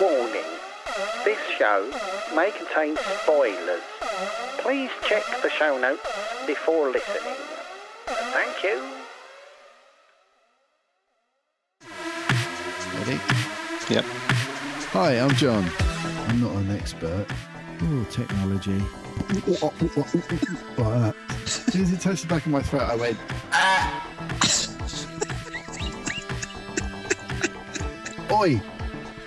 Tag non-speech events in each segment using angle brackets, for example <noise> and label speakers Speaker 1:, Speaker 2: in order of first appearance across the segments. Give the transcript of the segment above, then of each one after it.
Speaker 1: Warning This show may contain spoilers. Please check the show notes before listening. Thank you.
Speaker 2: Ready?
Speaker 3: Yep.
Speaker 2: Hi, I'm John. I'm not an expert. Oh, technology. Like that. As soon as it touched the back of my throat, I went, ah! Oi!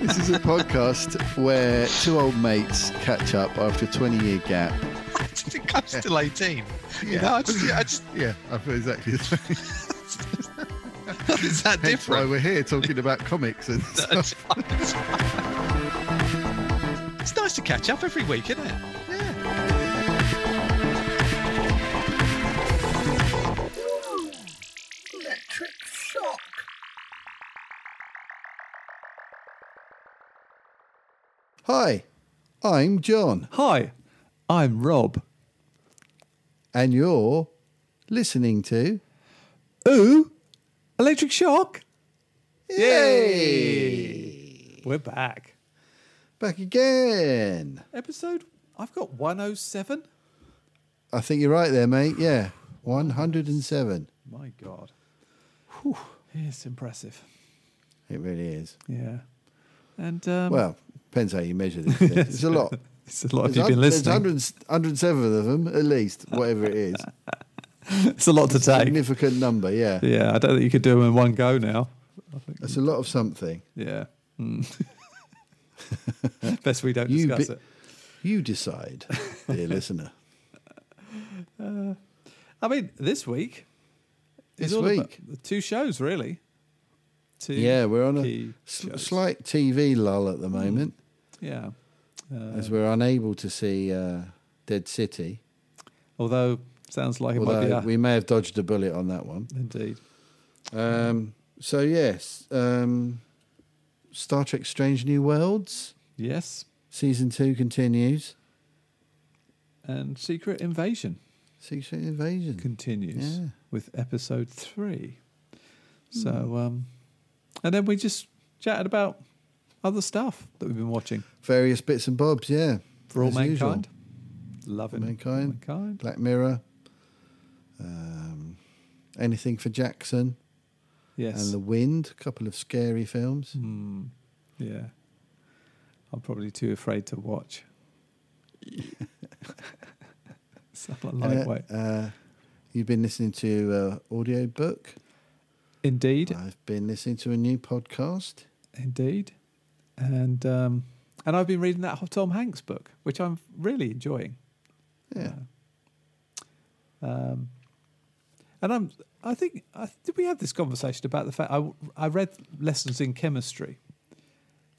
Speaker 2: This is a podcast where two old mates catch up after a 20 year gap.
Speaker 3: <laughs> I think I'm still 18. You know, I just, I <laughs> just,
Speaker 2: Yeah, I feel exactly <laughs> the same.
Speaker 3: it's that
Speaker 2: That's why
Speaker 3: different.
Speaker 2: we're here talking about comics and stuff.
Speaker 3: <laughs> it's nice to catch up every week, isn't it?
Speaker 2: Yeah.
Speaker 1: Electric shock.
Speaker 2: Hi, I'm John.
Speaker 3: Hi, I'm Rob.
Speaker 2: and you're listening to
Speaker 3: Ooh, electric shock.
Speaker 2: Yay!
Speaker 4: We're back.
Speaker 2: Back again.
Speaker 4: Episode, I've got 107.
Speaker 2: I think you're right there, mate. Yeah, 107.
Speaker 4: My God. It's impressive.
Speaker 2: It really is.
Speaker 4: Yeah. And, um,
Speaker 2: Well, depends how you measure these things. It's a
Speaker 4: <laughs>
Speaker 2: lot.
Speaker 4: it's a lot if
Speaker 2: There's
Speaker 4: you've been
Speaker 2: hun- there's
Speaker 4: listening.
Speaker 2: 100 107 of them, at least, whatever it
Speaker 4: <laughs>
Speaker 2: is.
Speaker 4: It's a lot to take.
Speaker 2: Significant number, yeah.
Speaker 4: Yeah, I don't think you could do them in one go now. I think,
Speaker 2: That's a lot of something.
Speaker 4: yeah. Mm. <laughs> Best we don't
Speaker 2: You
Speaker 4: discuss
Speaker 2: bi-
Speaker 4: it.
Speaker 2: You decide,
Speaker 4: <laughs>
Speaker 2: dear listener.
Speaker 4: I mean, this week is
Speaker 2: This
Speaker 4: all about
Speaker 2: week.
Speaker 4: the two shows, really. Two
Speaker 2: Yeah, we're on a
Speaker 4: key
Speaker 2: sl-
Speaker 4: shows.
Speaker 2: slight TV lull at the moment
Speaker 4: Yeah. Uh,
Speaker 2: as we're unable to see uh, Dead City.
Speaker 4: Although, sounds like it might be
Speaker 2: Although
Speaker 4: a,
Speaker 2: we may have dodged a bullet on that one.
Speaker 4: Indeed.
Speaker 2: Um, so yes, um, Star Trek: Strange New Worlds
Speaker 4: Yes.
Speaker 2: season two continues.
Speaker 4: And Secret Invasion.
Speaker 2: Secret Invasion.
Speaker 4: continues
Speaker 2: Hmm. Yeah. Hmm.
Speaker 4: with episode three. So, um, and then we just chatted about other stuff that we've been watching
Speaker 2: Various bits and bobs. Yeah,
Speaker 4: for all
Speaker 2: as usual.
Speaker 4: mankind. Loving
Speaker 2: Mankind.
Speaker 4: mankind.
Speaker 2: Black Mirror. Um, anything for Jackson
Speaker 4: Yes.
Speaker 2: and The Wind. A couple of scary films.
Speaker 4: Mm, yeah. I'm probably too afraid to
Speaker 2: <laughs>
Speaker 4: watch. <laughs> Someone
Speaker 2: Uh,
Speaker 4: lightweight.
Speaker 2: uh, you've been listening to uh, audio book.
Speaker 4: Indeed.
Speaker 2: I've been listening to a new podcast.
Speaker 4: Indeed. And, um, and I've been reading that Tom Hanks book, which I'm really enjoying.
Speaker 2: Yeah,
Speaker 4: Um, and I'm, I think, I, did we have this conversation about the fact I, I read Lessons in Chemistry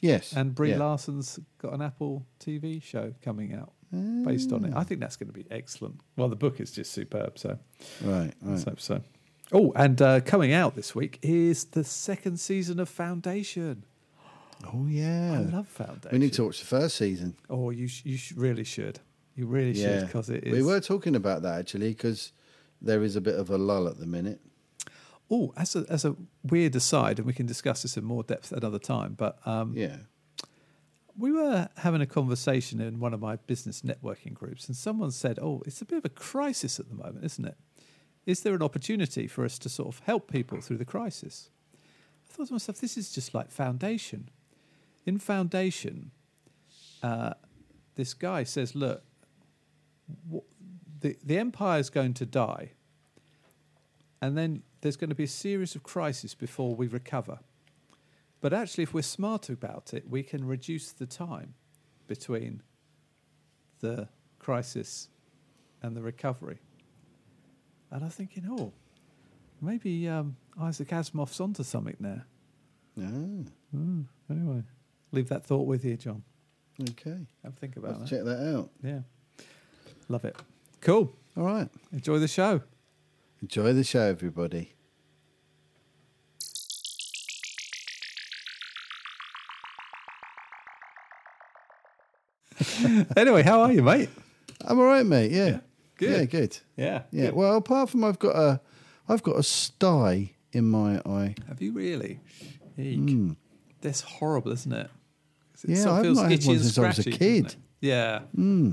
Speaker 2: yes.
Speaker 4: and Brie
Speaker 2: yeah.
Speaker 4: Larson's got an Apple TV show coming out based
Speaker 2: Mm.
Speaker 4: on it. I think that's going to be excellent. Well, the book is just superb, so
Speaker 2: Right, right.
Speaker 4: let's hope so. Oh, and uh, coming out this week is the second season of Foundation.
Speaker 2: oh yeah.
Speaker 4: I love Foundation.
Speaker 2: We need to watch the first season.
Speaker 4: Oh, you sh- you sh- really should. You really should because it is.
Speaker 2: We were talking about that actually because there is a bit of a lull at the minute.
Speaker 4: Oh, as a as a weird aside, and we can discuss this in more depth another time. But um,
Speaker 2: Yeah.
Speaker 4: We were having a conversation in one of my business networking groups, and someone said, Oh, it's a bit of a crisis at the moment, isn't it? Is there an opportunity for us to sort of help people through the crisis? I thought to myself, This is just like Foundation. In Foundation, uh, this guy says, Look, wh- the, the empire's going to die, and then there's going to be a series of crises before we recover. But actually, if we're smart about it, we can reduce the time between the crisis and the recovery. And I'm thinking, oh, maybe um, Isaac Asimov's onto something there.
Speaker 2: Ah.
Speaker 4: Anyway, leave that thought with you, John.
Speaker 2: Okay.
Speaker 4: Have a think about
Speaker 2: Let's
Speaker 4: that.
Speaker 2: check that out.
Speaker 4: Yeah. Love it. Cool.
Speaker 2: All right.
Speaker 4: Enjoy the show. <laughs>
Speaker 2: Enjoy the show, everybody.
Speaker 4: anyway, how are you, mate?
Speaker 2: I'm all right, mate. Yeah.
Speaker 4: Good.
Speaker 2: Yeah, good.
Speaker 4: Yeah.
Speaker 2: Yeah. Well, apart from I've got a, I've got a sty in my eye.
Speaker 4: Have you really? Eek. That's horrible, isn't it? 'Cause It
Speaker 2: Hmm. Yeah,
Speaker 4: sort of
Speaker 2: I've
Speaker 4: feels
Speaker 2: not had
Speaker 4: itchy
Speaker 2: one
Speaker 4: and
Speaker 2: since I was a
Speaker 4: scratchy, doesn't
Speaker 2: kid.
Speaker 4: it? Yeah.
Speaker 2: Hmm.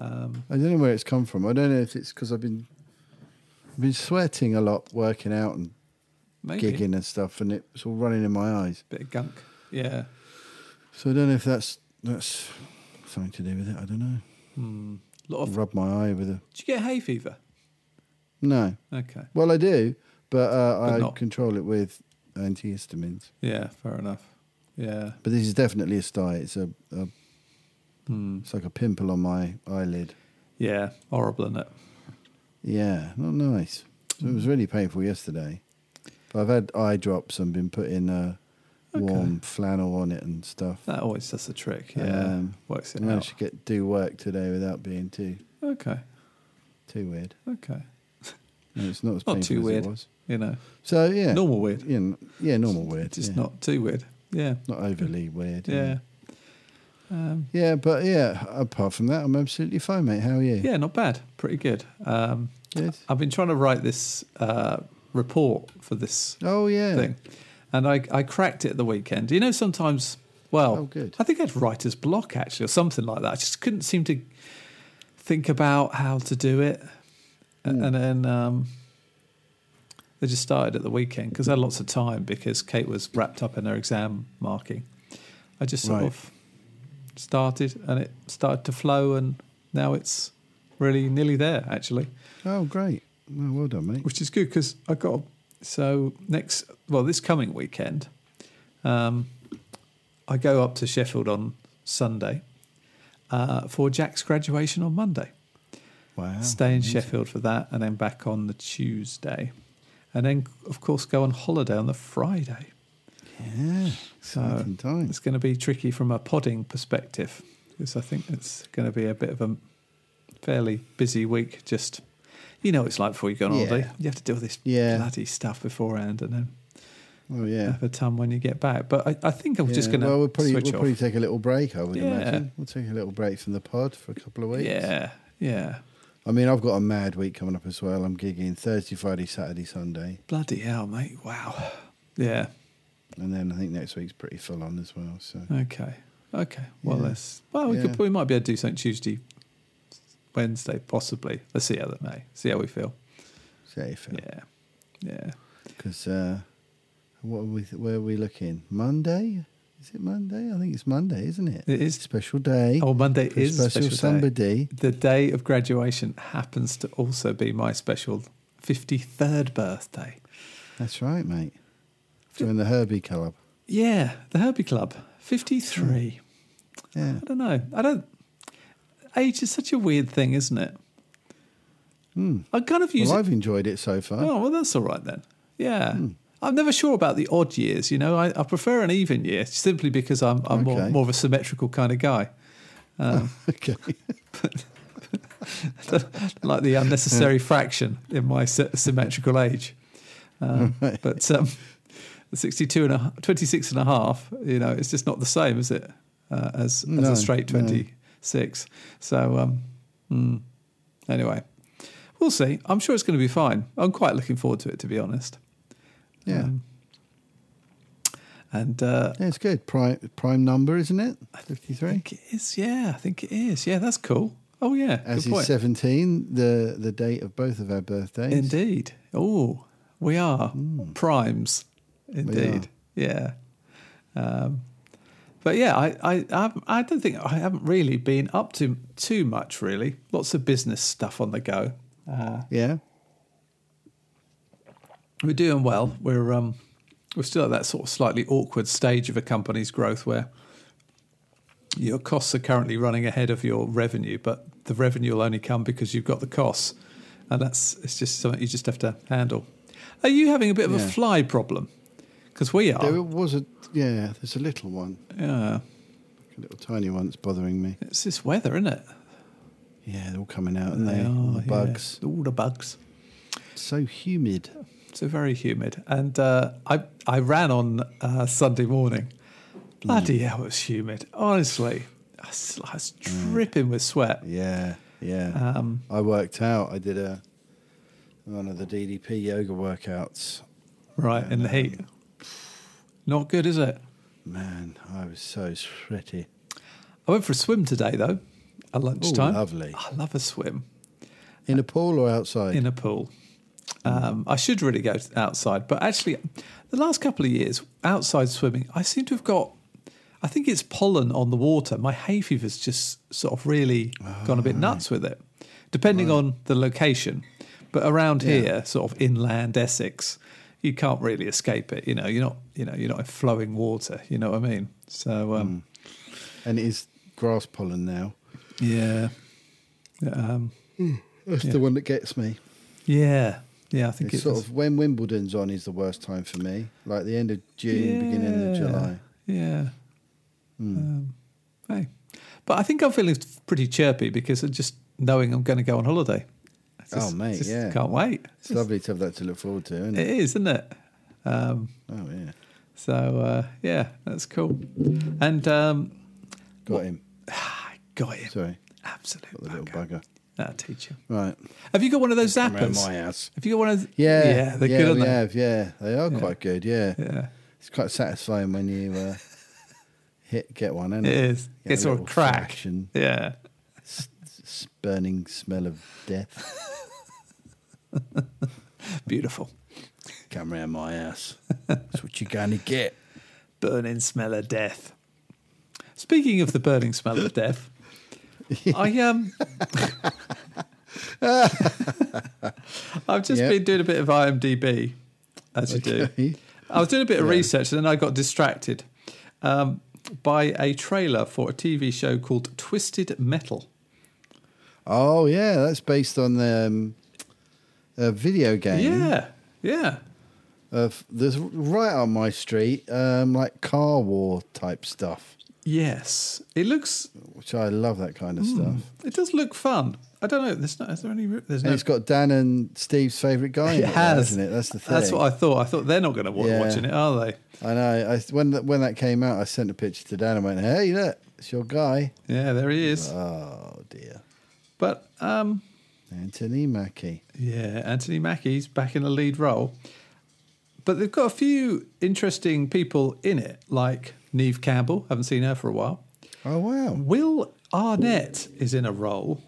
Speaker 4: Um,
Speaker 2: I don't know where it's come from. I don't know if it's because I've been, I've been sweating a lot working out and
Speaker 4: Maybe.
Speaker 2: gigging and stuff, and it's all running in my eyes.
Speaker 4: Bit of gunk. Yeah.
Speaker 2: So I don't know if that's that's something to do with it. I don't know.
Speaker 4: lot of.
Speaker 2: Rub my eye with a
Speaker 4: Did you get hay fever?
Speaker 2: no.
Speaker 4: Okay.
Speaker 2: Well, I do, but, uh,
Speaker 4: But
Speaker 2: I
Speaker 4: not-
Speaker 2: control it with antihistamines.
Speaker 4: Yeah, fair enough. Yeah.
Speaker 2: But this is definitely a sty. It's a, a it's like a pimple on my eyelid.
Speaker 4: Hmm. Yeah. Horrible, isn't it?
Speaker 2: Yeah, not nice. So it was really painful yesterday. But I've had eye drops and been putting uh, warm flannel on it and stuff.
Speaker 4: That always does the trick. Yeah.
Speaker 2: Um,
Speaker 4: Works
Speaker 2: I
Speaker 4: it
Speaker 2: managed
Speaker 4: out.
Speaker 2: to get do work today without being too
Speaker 4: Okay.
Speaker 2: too weird.
Speaker 4: Okay.
Speaker 2: No, it's not as
Speaker 4: Not
Speaker 2: painful
Speaker 4: too
Speaker 2: as
Speaker 4: weird.
Speaker 2: it was.
Speaker 4: You know,
Speaker 2: So yeah,
Speaker 4: normal weird.
Speaker 2: Yeah, n- yeah normal weird.
Speaker 4: Just
Speaker 2: yeah.
Speaker 4: not too weird. Yeah.
Speaker 2: not overly weird.
Speaker 4: Yeah. Um,
Speaker 2: Yeah, but yeah, apart from that, I'm absolutely fine, mate. How are you?
Speaker 4: Yeah, not bad. Pretty good. Um,
Speaker 2: Good.
Speaker 4: I've been trying to write this uh, report for this
Speaker 2: Oh yeah.
Speaker 4: thing, and I, I cracked it at the weekend. You know, sometimes, well,
Speaker 2: Oh, good.
Speaker 4: I think I had writer's block actually, or something like that. I just couldn't seem to think about how to do it, A-
Speaker 2: Hmm.
Speaker 4: and then um, I just started at the weekend because I had lots of time because Kate was wrapped up in her exam marking. I just sort
Speaker 2: Right.
Speaker 4: of started, and it started to flow, and now it's really nearly there actually
Speaker 2: Oh great. Well, well done, mate.
Speaker 4: which is good because I got so next well this coming weekend, um, I go up to Sheffield on Sunday uh, for Jack's graduation on Monday.
Speaker 2: Wow.
Speaker 4: Stay in Sheffield for that, and then back on the Tuesday, and then of course go on holiday on the Friday.
Speaker 2: Yeah. Exciting times.
Speaker 4: uh, It's going to be tricky from a podding perspective because I think it's going to be a bit of a fairly busy week. Just you know, what it's like before you go on
Speaker 2: Yeah.
Speaker 4: holiday, you have to do all this
Speaker 2: Yeah.
Speaker 4: bloody stuff beforehand, and then
Speaker 2: Oh yeah.
Speaker 4: have a ton when you get back. But I, I think I'm just
Speaker 2: Yeah,
Speaker 4: going to
Speaker 2: well, we'll probably,
Speaker 4: switch
Speaker 2: we'll probably
Speaker 4: off.
Speaker 2: take a little break. I would
Speaker 4: Yeah.
Speaker 2: imagine we'll take a little break from the pod for a couple of weeks.
Speaker 4: yeah, yeah.
Speaker 2: I mean, I've got a mad week coming up as well. I'm gigging Thursday, Friday, Saturday, Sunday,
Speaker 4: Bloody hell, mate! Wow. Yeah.
Speaker 2: and then I think next week's pretty full on as well. So
Speaker 4: Okay. Okay. Well,
Speaker 2: Yeah.
Speaker 4: let's. Well, we
Speaker 2: Yeah.
Speaker 4: could. We might be able to do something Tuesday, Wednesday, possibly. Let's see how that may. See how we feel.
Speaker 2: safe
Speaker 4: Yeah. Yeah.
Speaker 2: because uh, what are we? Where are we looking? Monday? Is it Monday? I think it's Monday, isn't it?
Speaker 4: It is.
Speaker 2: Special day.
Speaker 4: Oh, Monday
Speaker 2: for a
Speaker 4: is
Speaker 2: special,
Speaker 4: special, day.
Speaker 2: somebody.
Speaker 4: The day of graduation happens to also be my special fifty-third birthday.
Speaker 2: That's right, mate. Join the Herbie Club.
Speaker 4: Yeah, the Herbie Club, fifty-three.
Speaker 2: Yeah.
Speaker 4: I don't know. I don't. Age is such a weird thing, isn't it? I kind of use
Speaker 2: Hmm. Well,
Speaker 4: it.
Speaker 2: I've Hmm. enjoyed it so far.
Speaker 4: Oh well, that's all right then. Yeah, I'm never sure about the odd years. You know, I, I prefer an even year simply because I'm I'm more,
Speaker 2: Okay.
Speaker 4: more of a symmetrical kind of guy,
Speaker 2: <laughs>
Speaker 4: <laughs>
Speaker 2: Okay.
Speaker 4: like the unnecessary fraction in my sy- symmetrical age.
Speaker 2: <laughs>
Speaker 4: Um, But um, 62 and a, h- 26 and a half, you know, it's just not the same, is it? Uh, as as
Speaker 2: No,
Speaker 4: a straight
Speaker 2: no.
Speaker 4: 26. So um, mm, anyway, we'll see. I'm sure it's going to be fine. I'm quite looking forward to it, to be honest.
Speaker 2: Yeah.
Speaker 4: um, And uh,
Speaker 2: yeah, it's good. Prime prime number, isn't it?
Speaker 4: I
Speaker 2: Fifty-three.
Speaker 4: think it is. Yeah, I think it is. Yeah, that's cool. Oh yeah,
Speaker 2: As
Speaker 4: good
Speaker 2: is
Speaker 4: point.
Speaker 2: seventeen, the the date of both of our birthdays.
Speaker 4: Indeed. Oh, we are primes. Indeed. Yeah. Um, but yeah, I, I, I, I don't think I haven't really been up to too much, really. Lots of business stuff on the go.
Speaker 2: Yeah.
Speaker 4: We're doing well. We're, um, we're still at that sort of slightly awkward stage of a company's growth where your costs are currently running ahead of your revenue, but the revenue will only come because you've got the costs. And that's it's just something you just have to handle. Are you having a bit of
Speaker 2: Yeah.
Speaker 4: a fly problem? Because we are.
Speaker 2: There was a yeah. There's a little one.
Speaker 4: Oh. Yeah.
Speaker 2: A little tiny one that's bothering me.
Speaker 4: It's this weather, isn't it? Oh,
Speaker 2: Yeah, they're all coming out, and they, all the bugs.
Speaker 4: All the bugs.
Speaker 2: So humid.
Speaker 4: So very humid. And uh, I, I ran on uh, Sunday morning. Bloody hell, it was humid. Honestly, I was, I was dripping with sweat.
Speaker 2: Yeah, yeah.
Speaker 4: Um,
Speaker 2: I worked out. I did a one of the DDP yoga workouts.
Speaker 4: right, in the heat. Not good, is it?
Speaker 2: Man, I was so sweaty.
Speaker 4: I went for a swim today, though, at lunchtime.
Speaker 2: lovely.
Speaker 4: I love a swim
Speaker 2: In a pool or outside?
Speaker 4: in a pool. Um, I should really go outside, but actually, the last couple of years, outside swimming, I seem to have got. I think it's pollen on the water. My hay fever's just sort of really gone a bit nuts with it, depending on the location. But around here, sort of inland Essex, you can't really escape it. You know, you're not. You know, you're not in flowing water. You know what I mean? So, um,
Speaker 2: and it is grass pollen now.
Speaker 4: yeah, yeah, um,
Speaker 2: That's the one that gets me.
Speaker 4: yeah, yeah. I think
Speaker 2: It's
Speaker 4: it's
Speaker 2: sort of when Wimbledon's on is the worst time for me. Like the end of June, beginning of
Speaker 4: Yeah,
Speaker 2: July. Hmm.
Speaker 4: Yeah. Um, hey, but I think I'm feeling pretty chirpy because I'm just knowing I'm going to go on holiday. I
Speaker 2: Oh, mate, yeah.
Speaker 4: can't wait.
Speaker 2: It's lovely to have that to look forward to, isn't
Speaker 4: It
Speaker 2: it?
Speaker 4: is, isn't it? Um,
Speaker 2: Oh yeah,
Speaker 4: so uh, yeah, that's cool. And um, <sighs>
Speaker 2: got him.
Speaker 4: I got it.
Speaker 2: Sorry,
Speaker 4: Absolute
Speaker 2: got the little
Speaker 4: bugger.
Speaker 2: bugger.
Speaker 4: That'll teach you.
Speaker 2: Right,
Speaker 4: Have you got one of those
Speaker 2: come round
Speaker 4: zappers?
Speaker 2: my house.
Speaker 4: Have you got one of?
Speaker 2: Yeah,
Speaker 4: yeah, they're good,
Speaker 2: we
Speaker 4: aren't they?
Speaker 2: have, yeah, they are quite good. Yeah.
Speaker 4: Yeah,
Speaker 2: it's quite satisfying when you uh, hit get one, isn't
Speaker 4: it
Speaker 2: it?
Speaker 4: is.
Speaker 2: Get
Speaker 4: It's
Speaker 2: a
Speaker 4: sort of
Speaker 2: little
Speaker 4: crack.
Speaker 2: flash and
Speaker 4: Yeah.
Speaker 2: s- s- burning smell of death.
Speaker 4: Beautiful.
Speaker 2: Come round my house. That's what you're gonna get.
Speaker 4: burning smell of death. Speaking of the burning smell
Speaker 2: <laughs>
Speaker 4: of death, I um, I've just
Speaker 2: Yep.
Speaker 4: been doing a bit of IMDb, as you do.
Speaker 2: Okay.
Speaker 4: I was doing a bit of research and then I got distracted um, by a trailer for a TV show called Twisted Metal.
Speaker 2: Oh yeah, that's based on the um, a video game.
Speaker 4: Yeah, yeah,
Speaker 2: of there's right on my street, um, like car war type stuff,
Speaker 4: yes. It looks,
Speaker 2: which I love that kind
Speaker 4: Hmm.
Speaker 2: of stuff.
Speaker 4: it does look fun. I don't know. There's no, is there any? There's
Speaker 2: And
Speaker 4: no
Speaker 2: it's got Dan and Steve's favorite guy. in
Speaker 4: It
Speaker 2: it,
Speaker 4: has,
Speaker 2: hasn't it? That's the thing.
Speaker 4: That's what I thought. I thought they're not going to want
Speaker 2: Yeah.
Speaker 4: watching it, are they?
Speaker 2: I, know. I when that, when that came out, I sent a picture to Dan and went, "Hey, look, it's your guy."
Speaker 4: Yeah, there he is.
Speaker 2: Oh dear,
Speaker 4: But um,
Speaker 2: Anthony Mackie.
Speaker 4: yeah, Anthony Mackie's back in the lead role. But they've got a few interesting people in it, like Neve Campbell. Haven't seen her for a while.
Speaker 2: Oh wow.
Speaker 4: Will Arnett is in a role.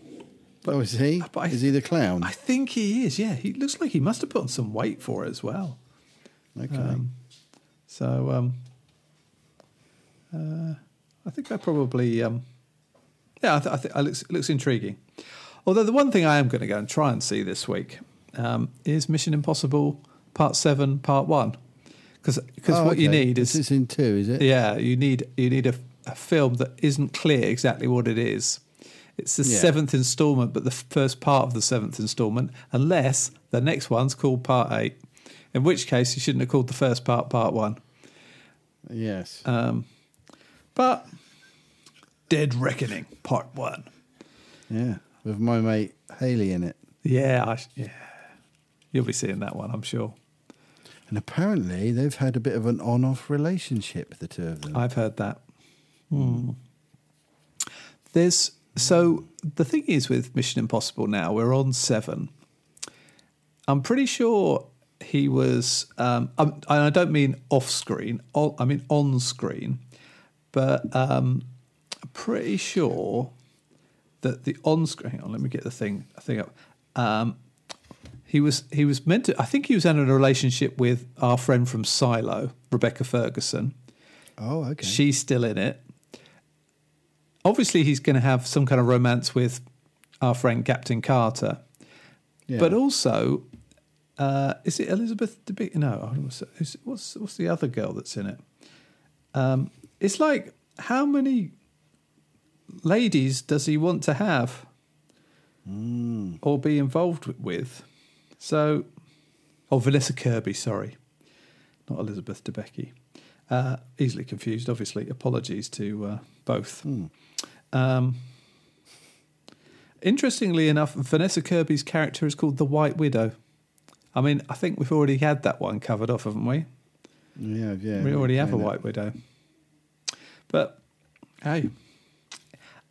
Speaker 2: oh, is he?
Speaker 4: but I-
Speaker 2: is he the clown?
Speaker 4: I think he is. Yeah, he looks like he must have put on some weight for it as well.
Speaker 2: okay.
Speaker 4: um,
Speaker 2: Oh,
Speaker 4: So um, uh, I think I probably um, yeah, I, th- I think it looks it looks intriguing. Although the one thing I am going to go and try and see this week um, is Mission Impossible Part Seven, Part One, because
Speaker 2: Oh,
Speaker 4: what you
Speaker 2: okay.
Speaker 4: need is
Speaker 2: this is in two, is it?
Speaker 4: yeah, you need you need a, a film that isn't clear exactly what it is. It's the
Speaker 2: Yeah.
Speaker 4: seventh instalment, but the f- first part of the seventh instalment, unless the next one's called Part Eight, in which case you shouldn't have called the first part Part One.
Speaker 2: Yes.
Speaker 4: Uh, But Dead Reckoning Part One.
Speaker 2: yeah. With my mate Haley in it.
Speaker 4: Yeah, I, sh- yeah, you'll be seeing that one, I'm sure.
Speaker 2: And apparently, they've had a bit of an on-off relationship, the two of them.
Speaker 4: I've heard that. Hmm. There's so the thing is with Mission Impossible now we're on seven. I'm pretty sure he was, um, um, and I don't mean off screen. On, I mean on screen, but um, I'm pretty sure that the on screen. Hang on, let me get the thing thing up. Um, he was he was meant to. I think he was in a relationship with our friend from Silo, Rebecca Ferguson.
Speaker 2: oh, okay.
Speaker 4: She's still in it. Obviously, he's going to have some kind of romance with our friend Captain Carter.
Speaker 2: Yeah.
Speaker 4: But also, uh, is it Elizabeth Debicki? No, I don't know. Is- what's what's the other girl that's in it? Um, it's like how many ladies does he want to have or be involved with? So, oh Vanessa Kirby, sorry, not Elizabeth Debicki. Uh, easily confused, obviously. Apologies to uh, both. Um, interestingly enough, Vanessa Kirby's character is called the White Widow. I mean, I think we've already had that one covered off, haven't we?
Speaker 2: Yeah, yeah.
Speaker 4: we
Speaker 2: we're
Speaker 4: already have a
Speaker 2: playing
Speaker 4: White Widow. But hey,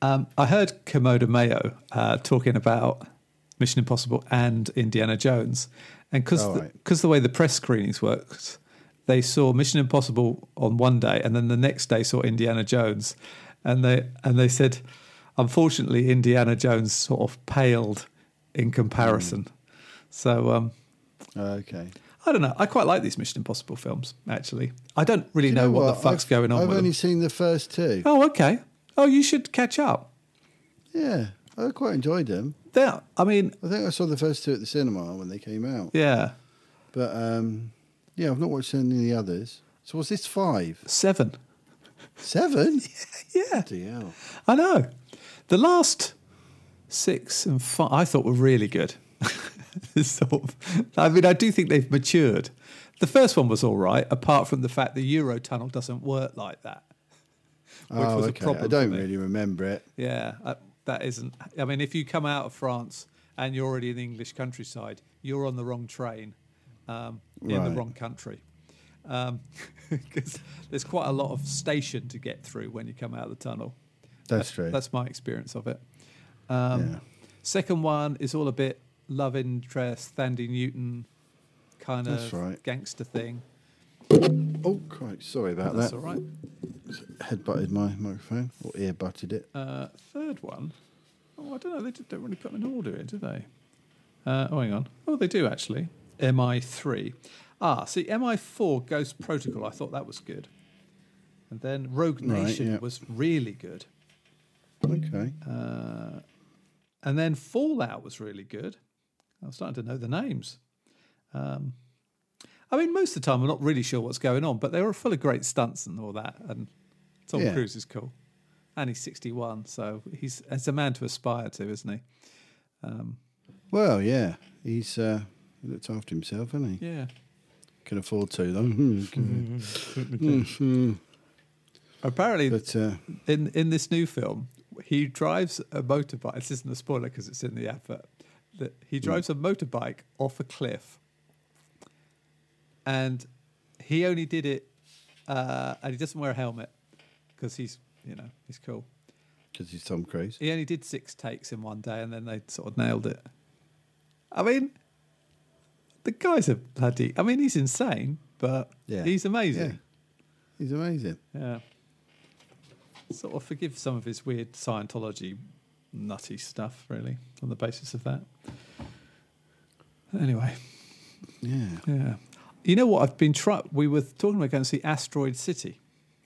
Speaker 4: um, I heard Komodo Mayo uh, talking about Mission Impossible and Indiana Jones, and because
Speaker 2: Oh,
Speaker 4: because
Speaker 2: right.
Speaker 4: the way the press screenings works, they saw Mission Impossible on one day, and then the next day saw Indiana Jones, and they and they said, unfortunately, Indiana Jones sort of paled in comparison.
Speaker 2: Hmm.
Speaker 4: So. Um,
Speaker 2: that. Oh, okay.
Speaker 4: I don't know. I quite like these Mission Impossible films, actually. I don't really
Speaker 2: You
Speaker 4: know, what, the
Speaker 2: I've-
Speaker 4: fuck's going on
Speaker 2: I've
Speaker 4: with
Speaker 2: only
Speaker 4: them.
Speaker 2: seen the first two.
Speaker 4: Oh, okay. Oh, you should catch up.
Speaker 2: Yeah, I quite enjoyed them.
Speaker 4: There. I mean,
Speaker 2: I think I saw the first two at the cinema when they came out.
Speaker 4: yeah,
Speaker 2: But um, yeah, I've not watched any of the others. So was this five,
Speaker 4: seven.
Speaker 2: seven?
Speaker 4: <laughs> Yeah,
Speaker 2: Bloody hell.
Speaker 4: I know. The last six and five, I thought were really good. <laughs> sort of. I mean, I do think they've matured. The first one was all right, apart from the fact the Euro tunnel doesn't work like that, which
Speaker 2: oh,
Speaker 4: was
Speaker 2: okay.
Speaker 4: a problem.
Speaker 2: I
Speaker 4: for
Speaker 2: don't
Speaker 4: me.
Speaker 2: really remember it.
Speaker 4: Yeah, uh, that isn't. I mean, if you come out of France and you're already in the English countryside, you're on the wrong train um, in the
Speaker 2: Right.
Speaker 4: wrong country. <laughs> Because there's quite a lot of station to get through when you come out of the tunnel.
Speaker 2: That's true.
Speaker 4: That's my experience of it. Um,
Speaker 2: Yeah.
Speaker 4: Second one is all a bit love interest, Thandie Newton kind
Speaker 2: That's
Speaker 4: of
Speaker 2: right.
Speaker 4: gangster thing.
Speaker 2: Oh, quite sorry about
Speaker 4: That's
Speaker 2: that.
Speaker 4: all right.
Speaker 2: Head butted my microphone or ear butted it.
Speaker 4: Uh, third one, oh, I don't know. They just don't really put them in order, here, do they? Uh, oh, hang on. Oh, they do actually. MI3. Ah, see, MI4 Ghost Protocol. I thought that was good. And then Rogue
Speaker 2: Right,
Speaker 4: Nation
Speaker 2: yeah.
Speaker 4: was really good.
Speaker 2: Okay.
Speaker 4: uh, And then Fallout was really good. I'm starting to know the names. Um, I mean, most of the time I'm not really sure what's going on, but they were full of great stunts and all that. And Tom
Speaker 2: Yeah.
Speaker 4: Cruise is cool, and he's 61, so he's it's a man to aspire to, isn't he?
Speaker 2: Well, yeah, he's uh, he looked after himself, hasn't he?
Speaker 4: Yeah. Mm-hmm.
Speaker 2: Can afford to <laughs> though.
Speaker 4: Apparently,
Speaker 2: but uh,
Speaker 4: in in this new film, he drives a motorbike. This isn't a spoiler because it's in the advert. That
Speaker 2: Hmm.
Speaker 4: he drives a motorbike off a cliff, and he only did it, uh, and he doesn't wear a helmet because he's you know he's cool.
Speaker 2: because he's Tom Cruise.
Speaker 4: He only did six takes in one day, and then they sort of nailed it. I mean, the guy's a bloody. I mean, he's insane, but
Speaker 2: Yeah.
Speaker 4: he's amazing.
Speaker 2: Yeah. He's amazing.
Speaker 4: Yeah. Sort of forgive some of his weird Scientology nutty stuff, really, on the basis of that. Anyway,
Speaker 2: Yeah.
Speaker 4: yeah. You know what? I've been try. We were talking about going to see Asteroid City,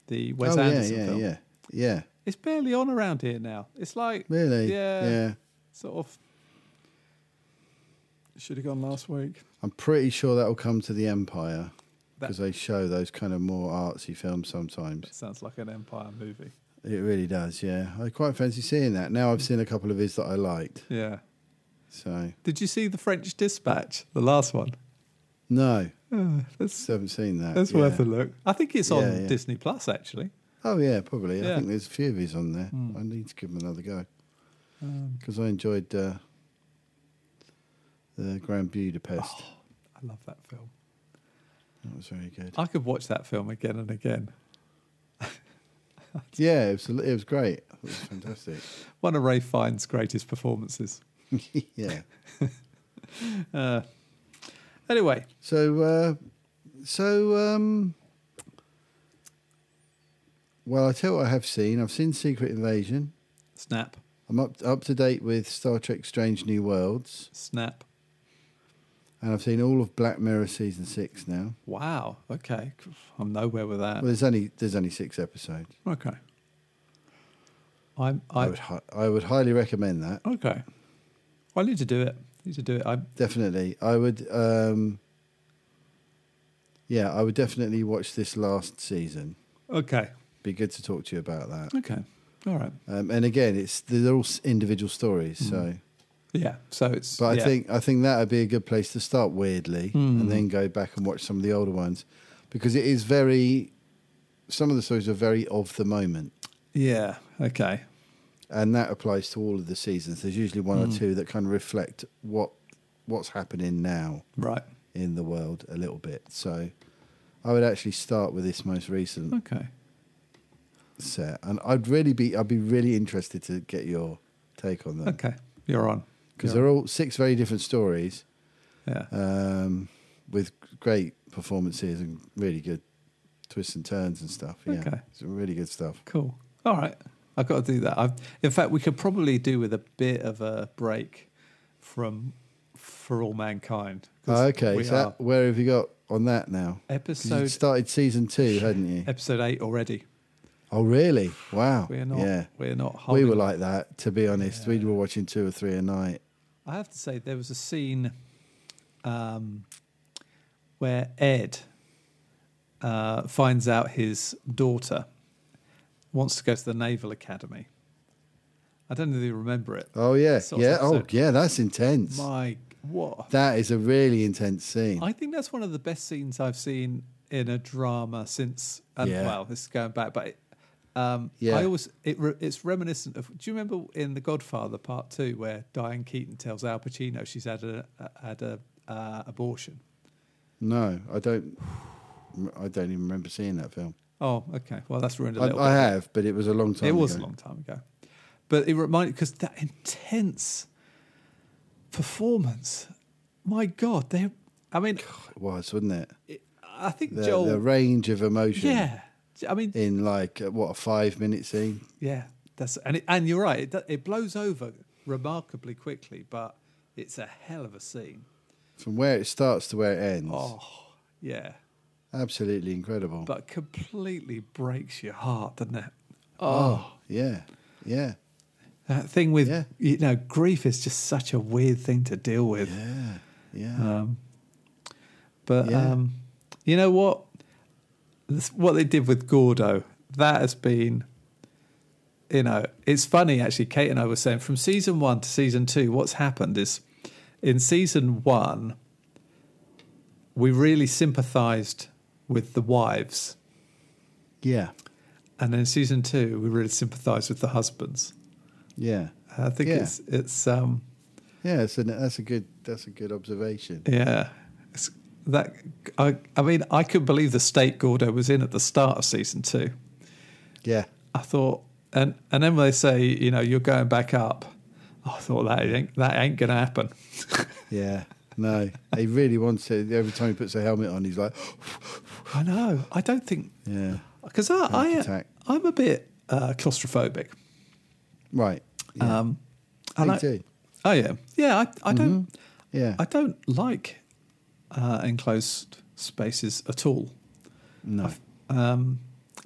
Speaker 4: the Wes
Speaker 2: oh yeah,
Speaker 4: Anderson
Speaker 2: yeah,
Speaker 4: film.
Speaker 2: yeah, yeah.
Speaker 4: It's barely on around here now. It's like
Speaker 2: Really?
Speaker 4: yeah,
Speaker 2: yeah.
Speaker 4: sort of. Should have gone last week.
Speaker 2: I'm pretty sure that'll come to the Empire
Speaker 4: That-
Speaker 2: because they show those kind of more artsy films sometimes.
Speaker 4: Sounds like an Empire movie.
Speaker 2: It really does, yeah. I quite fancy seeing that. Now I've seen a couple of his that I liked.
Speaker 4: Yeah.
Speaker 2: So,
Speaker 4: Did you see the French Dispatch, the last one?
Speaker 2: no,
Speaker 4: Oh, that's
Speaker 2: just haven't seen that.
Speaker 4: That's
Speaker 2: yeah.
Speaker 4: worth a look. I think it's on
Speaker 2: Yeah, yeah.
Speaker 4: Disney Plus actually.
Speaker 2: Oh, yeah, probably.
Speaker 4: Yeah. Hmm.
Speaker 2: I think there's a few of his on there. I need to give them another go because I enjoyed uh, the Grand Budapest.
Speaker 4: Oh, I love that film.
Speaker 2: That was very good.
Speaker 4: I could watch that film again and again.
Speaker 2: Yeah, it was, it was great. It was fantastic. <laughs>
Speaker 4: One of Ray Fine's greatest performances.
Speaker 2: yeah.
Speaker 4: Anyway,
Speaker 2: So, uh, so, um, well, I tell you what I have seen. I've seen Secret Invasion.
Speaker 4: snap,
Speaker 2: I'm up up to date with Star Trek: Strange New Worlds,
Speaker 4: snap.
Speaker 2: and I've seen all of Black Mirror season six now.
Speaker 4: Wow. Okay. I'm nowhere with that.
Speaker 2: Well, there's only there's only six episodes.
Speaker 4: Okay. I'm.
Speaker 2: I,
Speaker 4: I.
Speaker 2: would hi- I would highly recommend that.
Speaker 4: Okay. I need to do it. need to do it. I'm.
Speaker 2: Definitely, I would. Um, yeah, I would definitely watch this last season.
Speaker 4: Okay.
Speaker 2: Be good to talk to you about that.
Speaker 4: Okay. All right.
Speaker 2: Um, and again, it's they're all s- individual stories, so.
Speaker 4: Yeah. So it's.
Speaker 2: But
Speaker 4: yeah.
Speaker 2: I think I think that would be a good place to start, weirdly, and then go back and watch some of the older ones, because it is very some of the stories are very of the moment,
Speaker 4: Yeah. Okay.
Speaker 2: and that applies to all of the seasons. There's usually one or two that kind of reflect what what's happening now
Speaker 4: Right.
Speaker 2: in the world a little bit. So, I would actually start with this most recent
Speaker 4: Okay.
Speaker 2: set, and I'd really be I'd be really interested to get your take on them
Speaker 4: Okay. You're on.
Speaker 2: because
Speaker 4: You're
Speaker 2: they're all six very different stories.
Speaker 4: on. Yeah.
Speaker 2: um, with great performances and really good twists and turns and stuff. Yeah,
Speaker 4: Okay.
Speaker 2: it's really good stuff.
Speaker 4: Cool. All right. I've got to do that. I've, in fact, we could probably do with a bit of a break from For All Mankind. 'cause
Speaker 2: Oh, okay,
Speaker 4: We
Speaker 2: so that-
Speaker 4: are
Speaker 2: where have you got on that now? 'Cause you
Speaker 4: episode,
Speaker 2: started season two, hadn't you?
Speaker 4: episode eight already.
Speaker 2: Oh, really? Wow.
Speaker 4: We're not.
Speaker 2: Yeah,
Speaker 4: We're not.
Speaker 2: we
Speaker 4: Holding,
Speaker 2: were like that. To be honest, we were watching two or three a night.
Speaker 4: I have to say, there was a scene um, where Ed uh, finds out his daughter wants to go to the Naval Academy. I don't know if you remember it.
Speaker 2: Oh yeah,
Speaker 4: Sort of
Speaker 2: yeah. Oh
Speaker 4: episode.
Speaker 2: yeah, that's intense.
Speaker 4: My what?
Speaker 2: That is a really intense scene.
Speaker 4: I think that's one of the best scenes I've seen in a drama since. And
Speaker 2: Yeah.
Speaker 4: well, this is going back, but it, um,
Speaker 2: Yeah.
Speaker 4: I always it re, it's reminiscent of. Do you remember in The Godfather Part Two where Diane Keaton tells Al Pacino she's had a had a uh, abortion?
Speaker 2: no, I don't. I don't even remember seeing that film.
Speaker 4: Oh, okay. Well, that's ruined a
Speaker 2: I,
Speaker 4: little.
Speaker 2: I
Speaker 4: bit.
Speaker 2: have, but it was a long time.
Speaker 4: It was a
Speaker 2: ago.
Speaker 4: long time ago, but it reminded because that intense performance. My God, they. I mean,
Speaker 2: It was, wasn't it?
Speaker 4: it, I think
Speaker 2: the,
Speaker 4: Joel.
Speaker 2: the range of emotion
Speaker 4: yeah, I mean,
Speaker 2: in like uh, what a five minute scene
Speaker 4: Yeah, that's and it, and you're right. It, do- it blows over remarkably quickly, but it's a hell of a scene.
Speaker 2: from where it starts to where it ends
Speaker 4: Oh, yeah,
Speaker 2: absolutely incredible
Speaker 4: but completely breaks your heart, doesn't it?
Speaker 2: oh yeah yeah
Speaker 4: That thing with
Speaker 2: Yeah.
Speaker 4: you know grief is just such a weird thing to deal with.
Speaker 2: yeah yeah
Speaker 4: Um, but
Speaker 2: Yeah.
Speaker 4: um, you know what? This, what they did with Gordo, that has been, you know, it's funny actually. Kate and I were saying from season one to season two, what's happened is in season one, we really sympathized with the wives.
Speaker 2: yeah
Speaker 4: And in season two, we really sympathized with the husbands.
Speaker 2: yeah
Speaker 4: I think
Speaker 2: Yeah.
Speaker 4: it's, it's, um,
Speaker 2: yeah so that's a good that's a good observation
Speaker 4: Yeah, it's that I, I mean, I couldn't believe the state Gordo was in at the start of season two.
Speaker 2: yeah
Speaker 4: I thought, and and then when they say, you know, you're going back up, I thought that ain't that ain't gonna
Speaker 2: <laughs>
Speaker 4: happen.
Speaker 2: yeah no he really wants to every time he puts a helmet on he's like <gasps>
Speaker 4: I know. I don't think
Speaker 2: yeah
Speaker 4: because I,
Speaker 2: Panic
Speaker 4: I
Speaker 2: attack.
Speaker 4: I'm a bit uh, claustrophobic.
Speaker 2: right yeah
Speaker 4: Um,
Speaker 2: Me
Speaker 4: I,
Speaker 2: too. Mm-hmm.
Speaker 4: Oh yeah, yeah. I I don't
Speaker 2: yeah
Speaker 4: I don't like uh, enclosed spaces at all.
Speaker 2: no
Speaker 4: Um,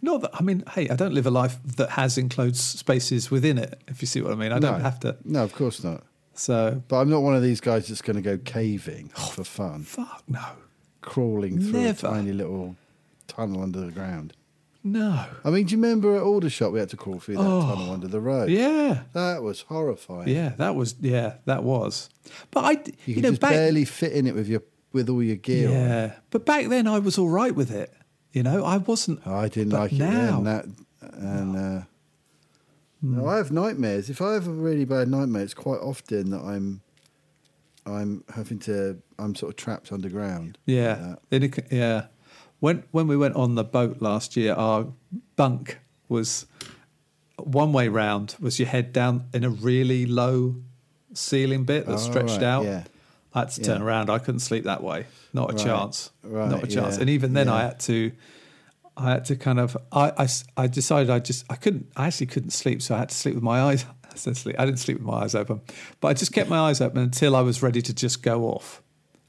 Speaker 4: not that I mean, hey, I don't live a life that has enclosed spaces within it. If you see what I mean, I
Speaker 2: no
Speaker 4: don't have to.
Speaker 2: no of course not
Speaker 4: So
Speaker 2: but I'm not one of these guys that's going to go
Speaker 4: <gasps>
Speaker 2: caving for fun
Speaker 4: fuck no,
Speaker 2: crawling through
Speaker 4: Never.
Speaker 2: a tiny little tunnel under the ground.
Speaker 4: no.
Speaker 2: I mean, do you remember at Aldershot we had to crawl through that
Speaker 4: Oh,
Speaker 2: tunnel under the road?
Speaker 4: Yeah,
Speaker 2: That was horrifying.
Speaker 4: yeah. That was yeah, that was. But I, you,
Speaker 2: You, could
Speaker 4: know,
Speaker 2: just
Speaker 4: back
Speaker 2: barely fit in it with your with all your gear on.
Speaker 4: yeah, but back then I was all right with it. You know, I wasn't.
Speaker 2: Oh, I didn't like
Speaker 4: But now- Hmm.
Speaker 2: it then. That and uh, no, I have nightmares. If I have a really bad nightmare, it's quite often that I'm I'm having to I'm sort of trapped underground. like
Speaker 4: Yeah,
Speaker 2: that.
Speaker 4: In a- yeah. When when we went on the boat last year, our bunk was one way round. Was your head down in a really low ceiling bit that
Speaker 2: Oh,
Speaker 4: stretched
Speaker 2: right,
Speaker 4: out?
Speaker 2: yeah.
Speaker 4: I had to turn
Speaker 2: Yeah.
Speaker 4: around. I couldn't sleep that way. Not a
Speaker 2: Right,
Speaker 4: chance.
Speaker 2: right,
Speaker 4: Not a chance.
Speaker 2: yeah,
Speaker 4: And even then, I
Speaker 2: yeah.
Speaker 4: had to. I had to kind of. I, I s- I decided I just. I couldn't. I actually couldn't sleep, so I had to sleep with my eyes. <laughs> Essentially, I didn't sleep with my eyes open, but I just kept my eyes open until I was ready to just go off.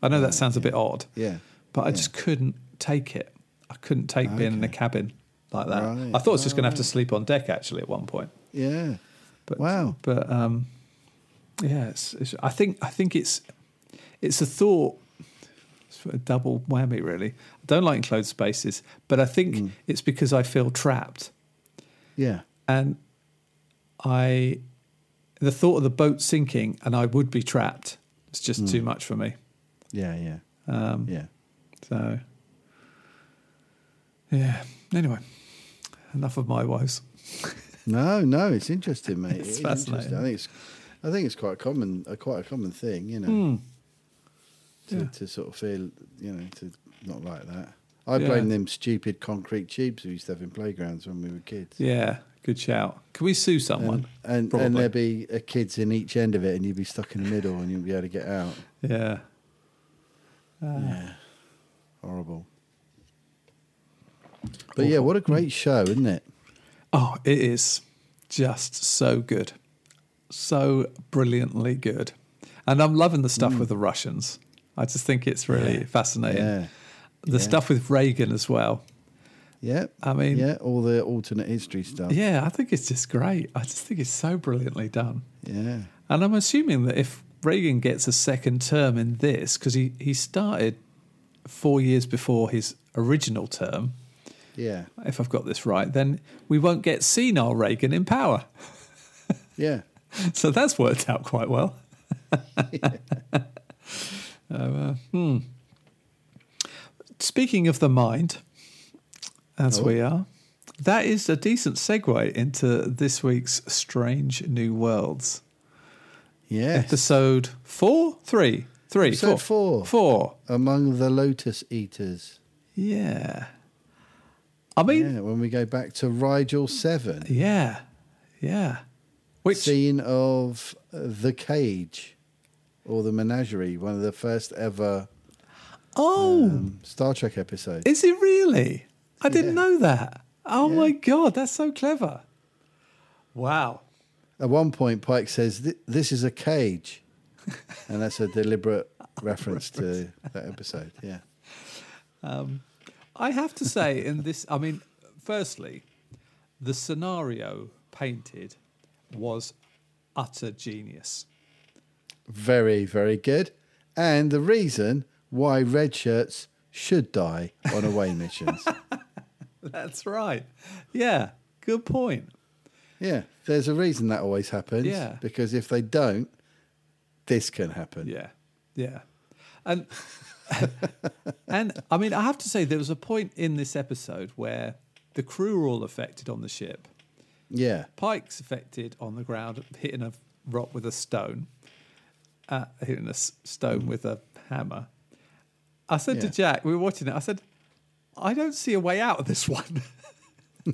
Speaker 4: I know that sounds a bit odd,
Speaker 2: Ah, Yeah.
Speaker 4: but I just couldn't take it. I couldn't take being in a cabin like that.
Speaker 2: Right.
Speaker 4: I thought I was just going to have to sleep on deck actually at one point.
Speaker 2: Yeah.
Speaker 4: But
Speaker 2: Wow.
Speaker 4: But um, yeah, it's, it's, I think I think it's it's a thought. It's a double whammy, really. I don't like enclosed spaces, but I think
Speaker 2: Mm.
Speaker 4: it's because I feel trapped
Speaker 2: Yeah.
Speaker 4: and I, the thought of the boat sinking and I would be trapped. It's just too
Speaker 2: Mm.
Speaker 4: much for me.
Speaker 2: Yeah. Yeah.
Speaker 4: Um,
Speaker 2: Yeah.
Speaker 4: So, yeah. Anyway, Enough of my woes.
Speaker 2: No, no, it's interesting, mate.
Speaker 4: <laughs> It's
Speaker 2: It is
Speaker 4: fascinating.
Speaker 2: I think it's, I think it's quite common, uh, quite a common thing, you know, to,
Speaker 4: Hmm. Yeah.
Speaker 2: to sort of feel, you know, to not like that. I
Speaker 4: Yeah.
Speaker 2: blame them stupid concrete tubes we used to have in playgrounds when we were kids.
Speaker 4: Yeah, good shout. Can we sue someone?
Speaker 2: And and,
Speaker 4: Probably.
Speaker 2: and there'd be uh kids in each end of it, and you'd be stuck in the middle, and you'd be able to get out.
Speaker 4: yeah.
Speaker 2: Yeah, horrible. But yeah, what a great
Speaker 4: Hmm.
Speaker 2: show, isn't it?
Speaker 4: Oh, it is just so good. So brilliantly good. And I'm loving the stuff with the Russians. I just think it's really fascinating.
Speaker 2: Mm. Yeah,
Speaker 4: The stuff with Reagan as well.
Speaker 2: yeah.
Speaker 4: I mean-
Speaker 2: yeah, all the alternate history stuff.
Speaker 4: Yeah, I think it's just great. I just think it's so brilliantly done.
Speaker 2: yeah.
Speaker 4: And I'm assuming that if Reagan gets a second term in this, because he, he started four years before his original term,
Speaker 2: yeah.
Speaker 4: if I've got this right, then we won't get senile Reagan in power.
Speaker 2: Yeah.
Speaker 4: So that's worked out quite
Speaker 2: <laughs>
Speaker 4: well. Oh, uh, hmm. Speaking of the mind, as
Speaker 2: Oh.
Speaker 4: we are, that is a decent segue into this week's Strange New Worlds. <laughs>
Speaker 2: Yes.
Speaker 4: Episode four, three, three,
Speaker 2: Episode
Speaker 4: four,
Speaker 2: four.
Speaker 4: four.
Speaker 2: Among the lotus eaters.
Speaker 4: Yeah. I mean,
Speaker 2: Yeah, when we go back to Rigel 7,
Speaker 4: yeah, yeah. Which,
Speaker 2: scene of uh, the cage or the menagerie, one of the first ever
Speaker 4: oh,
Speaker 2: um, Star Trek episodes.
Speaker 4: Is it really? I didn't
Speaker 2: Yeah.
Speaker 4: know that. Oh
Speaker 2: Yeah.
Speaker 4: my god, that's so clever. Wow.
Speaker 2: At one point, Pike says, "Th- This is a cage. And that's a deliberate reference to that episode. Yeah.
Speaker 4: I have to say in this I mean, firstly, the scenario painted was utter genius. <laughs>
Speaker 2: Very, very good. And the reason why red shirts should die on away missions.
Speaker 4: That's right. Yeah, good point.
Speaker 2: Yeah, there's a reason that always happens.
Speaker 4: Yeah.
Speaker 2: Because if they don't, this can happen.
Speaker 4: Yeah, yeah, and <laughs> and I mean, I have to say, there was a point in this episode where the crew were all affected on the ship,
Speaker 2: Yeah.
Speaker 4: Pike's affected on the ground, hitting a rock with a stone, uh, hitting a s- stone with a hammer. I said to
Speaker 2: Yeah.
Speaker 4: Jack, we were watching it. I said, I don't see a way out of this <laughs> one.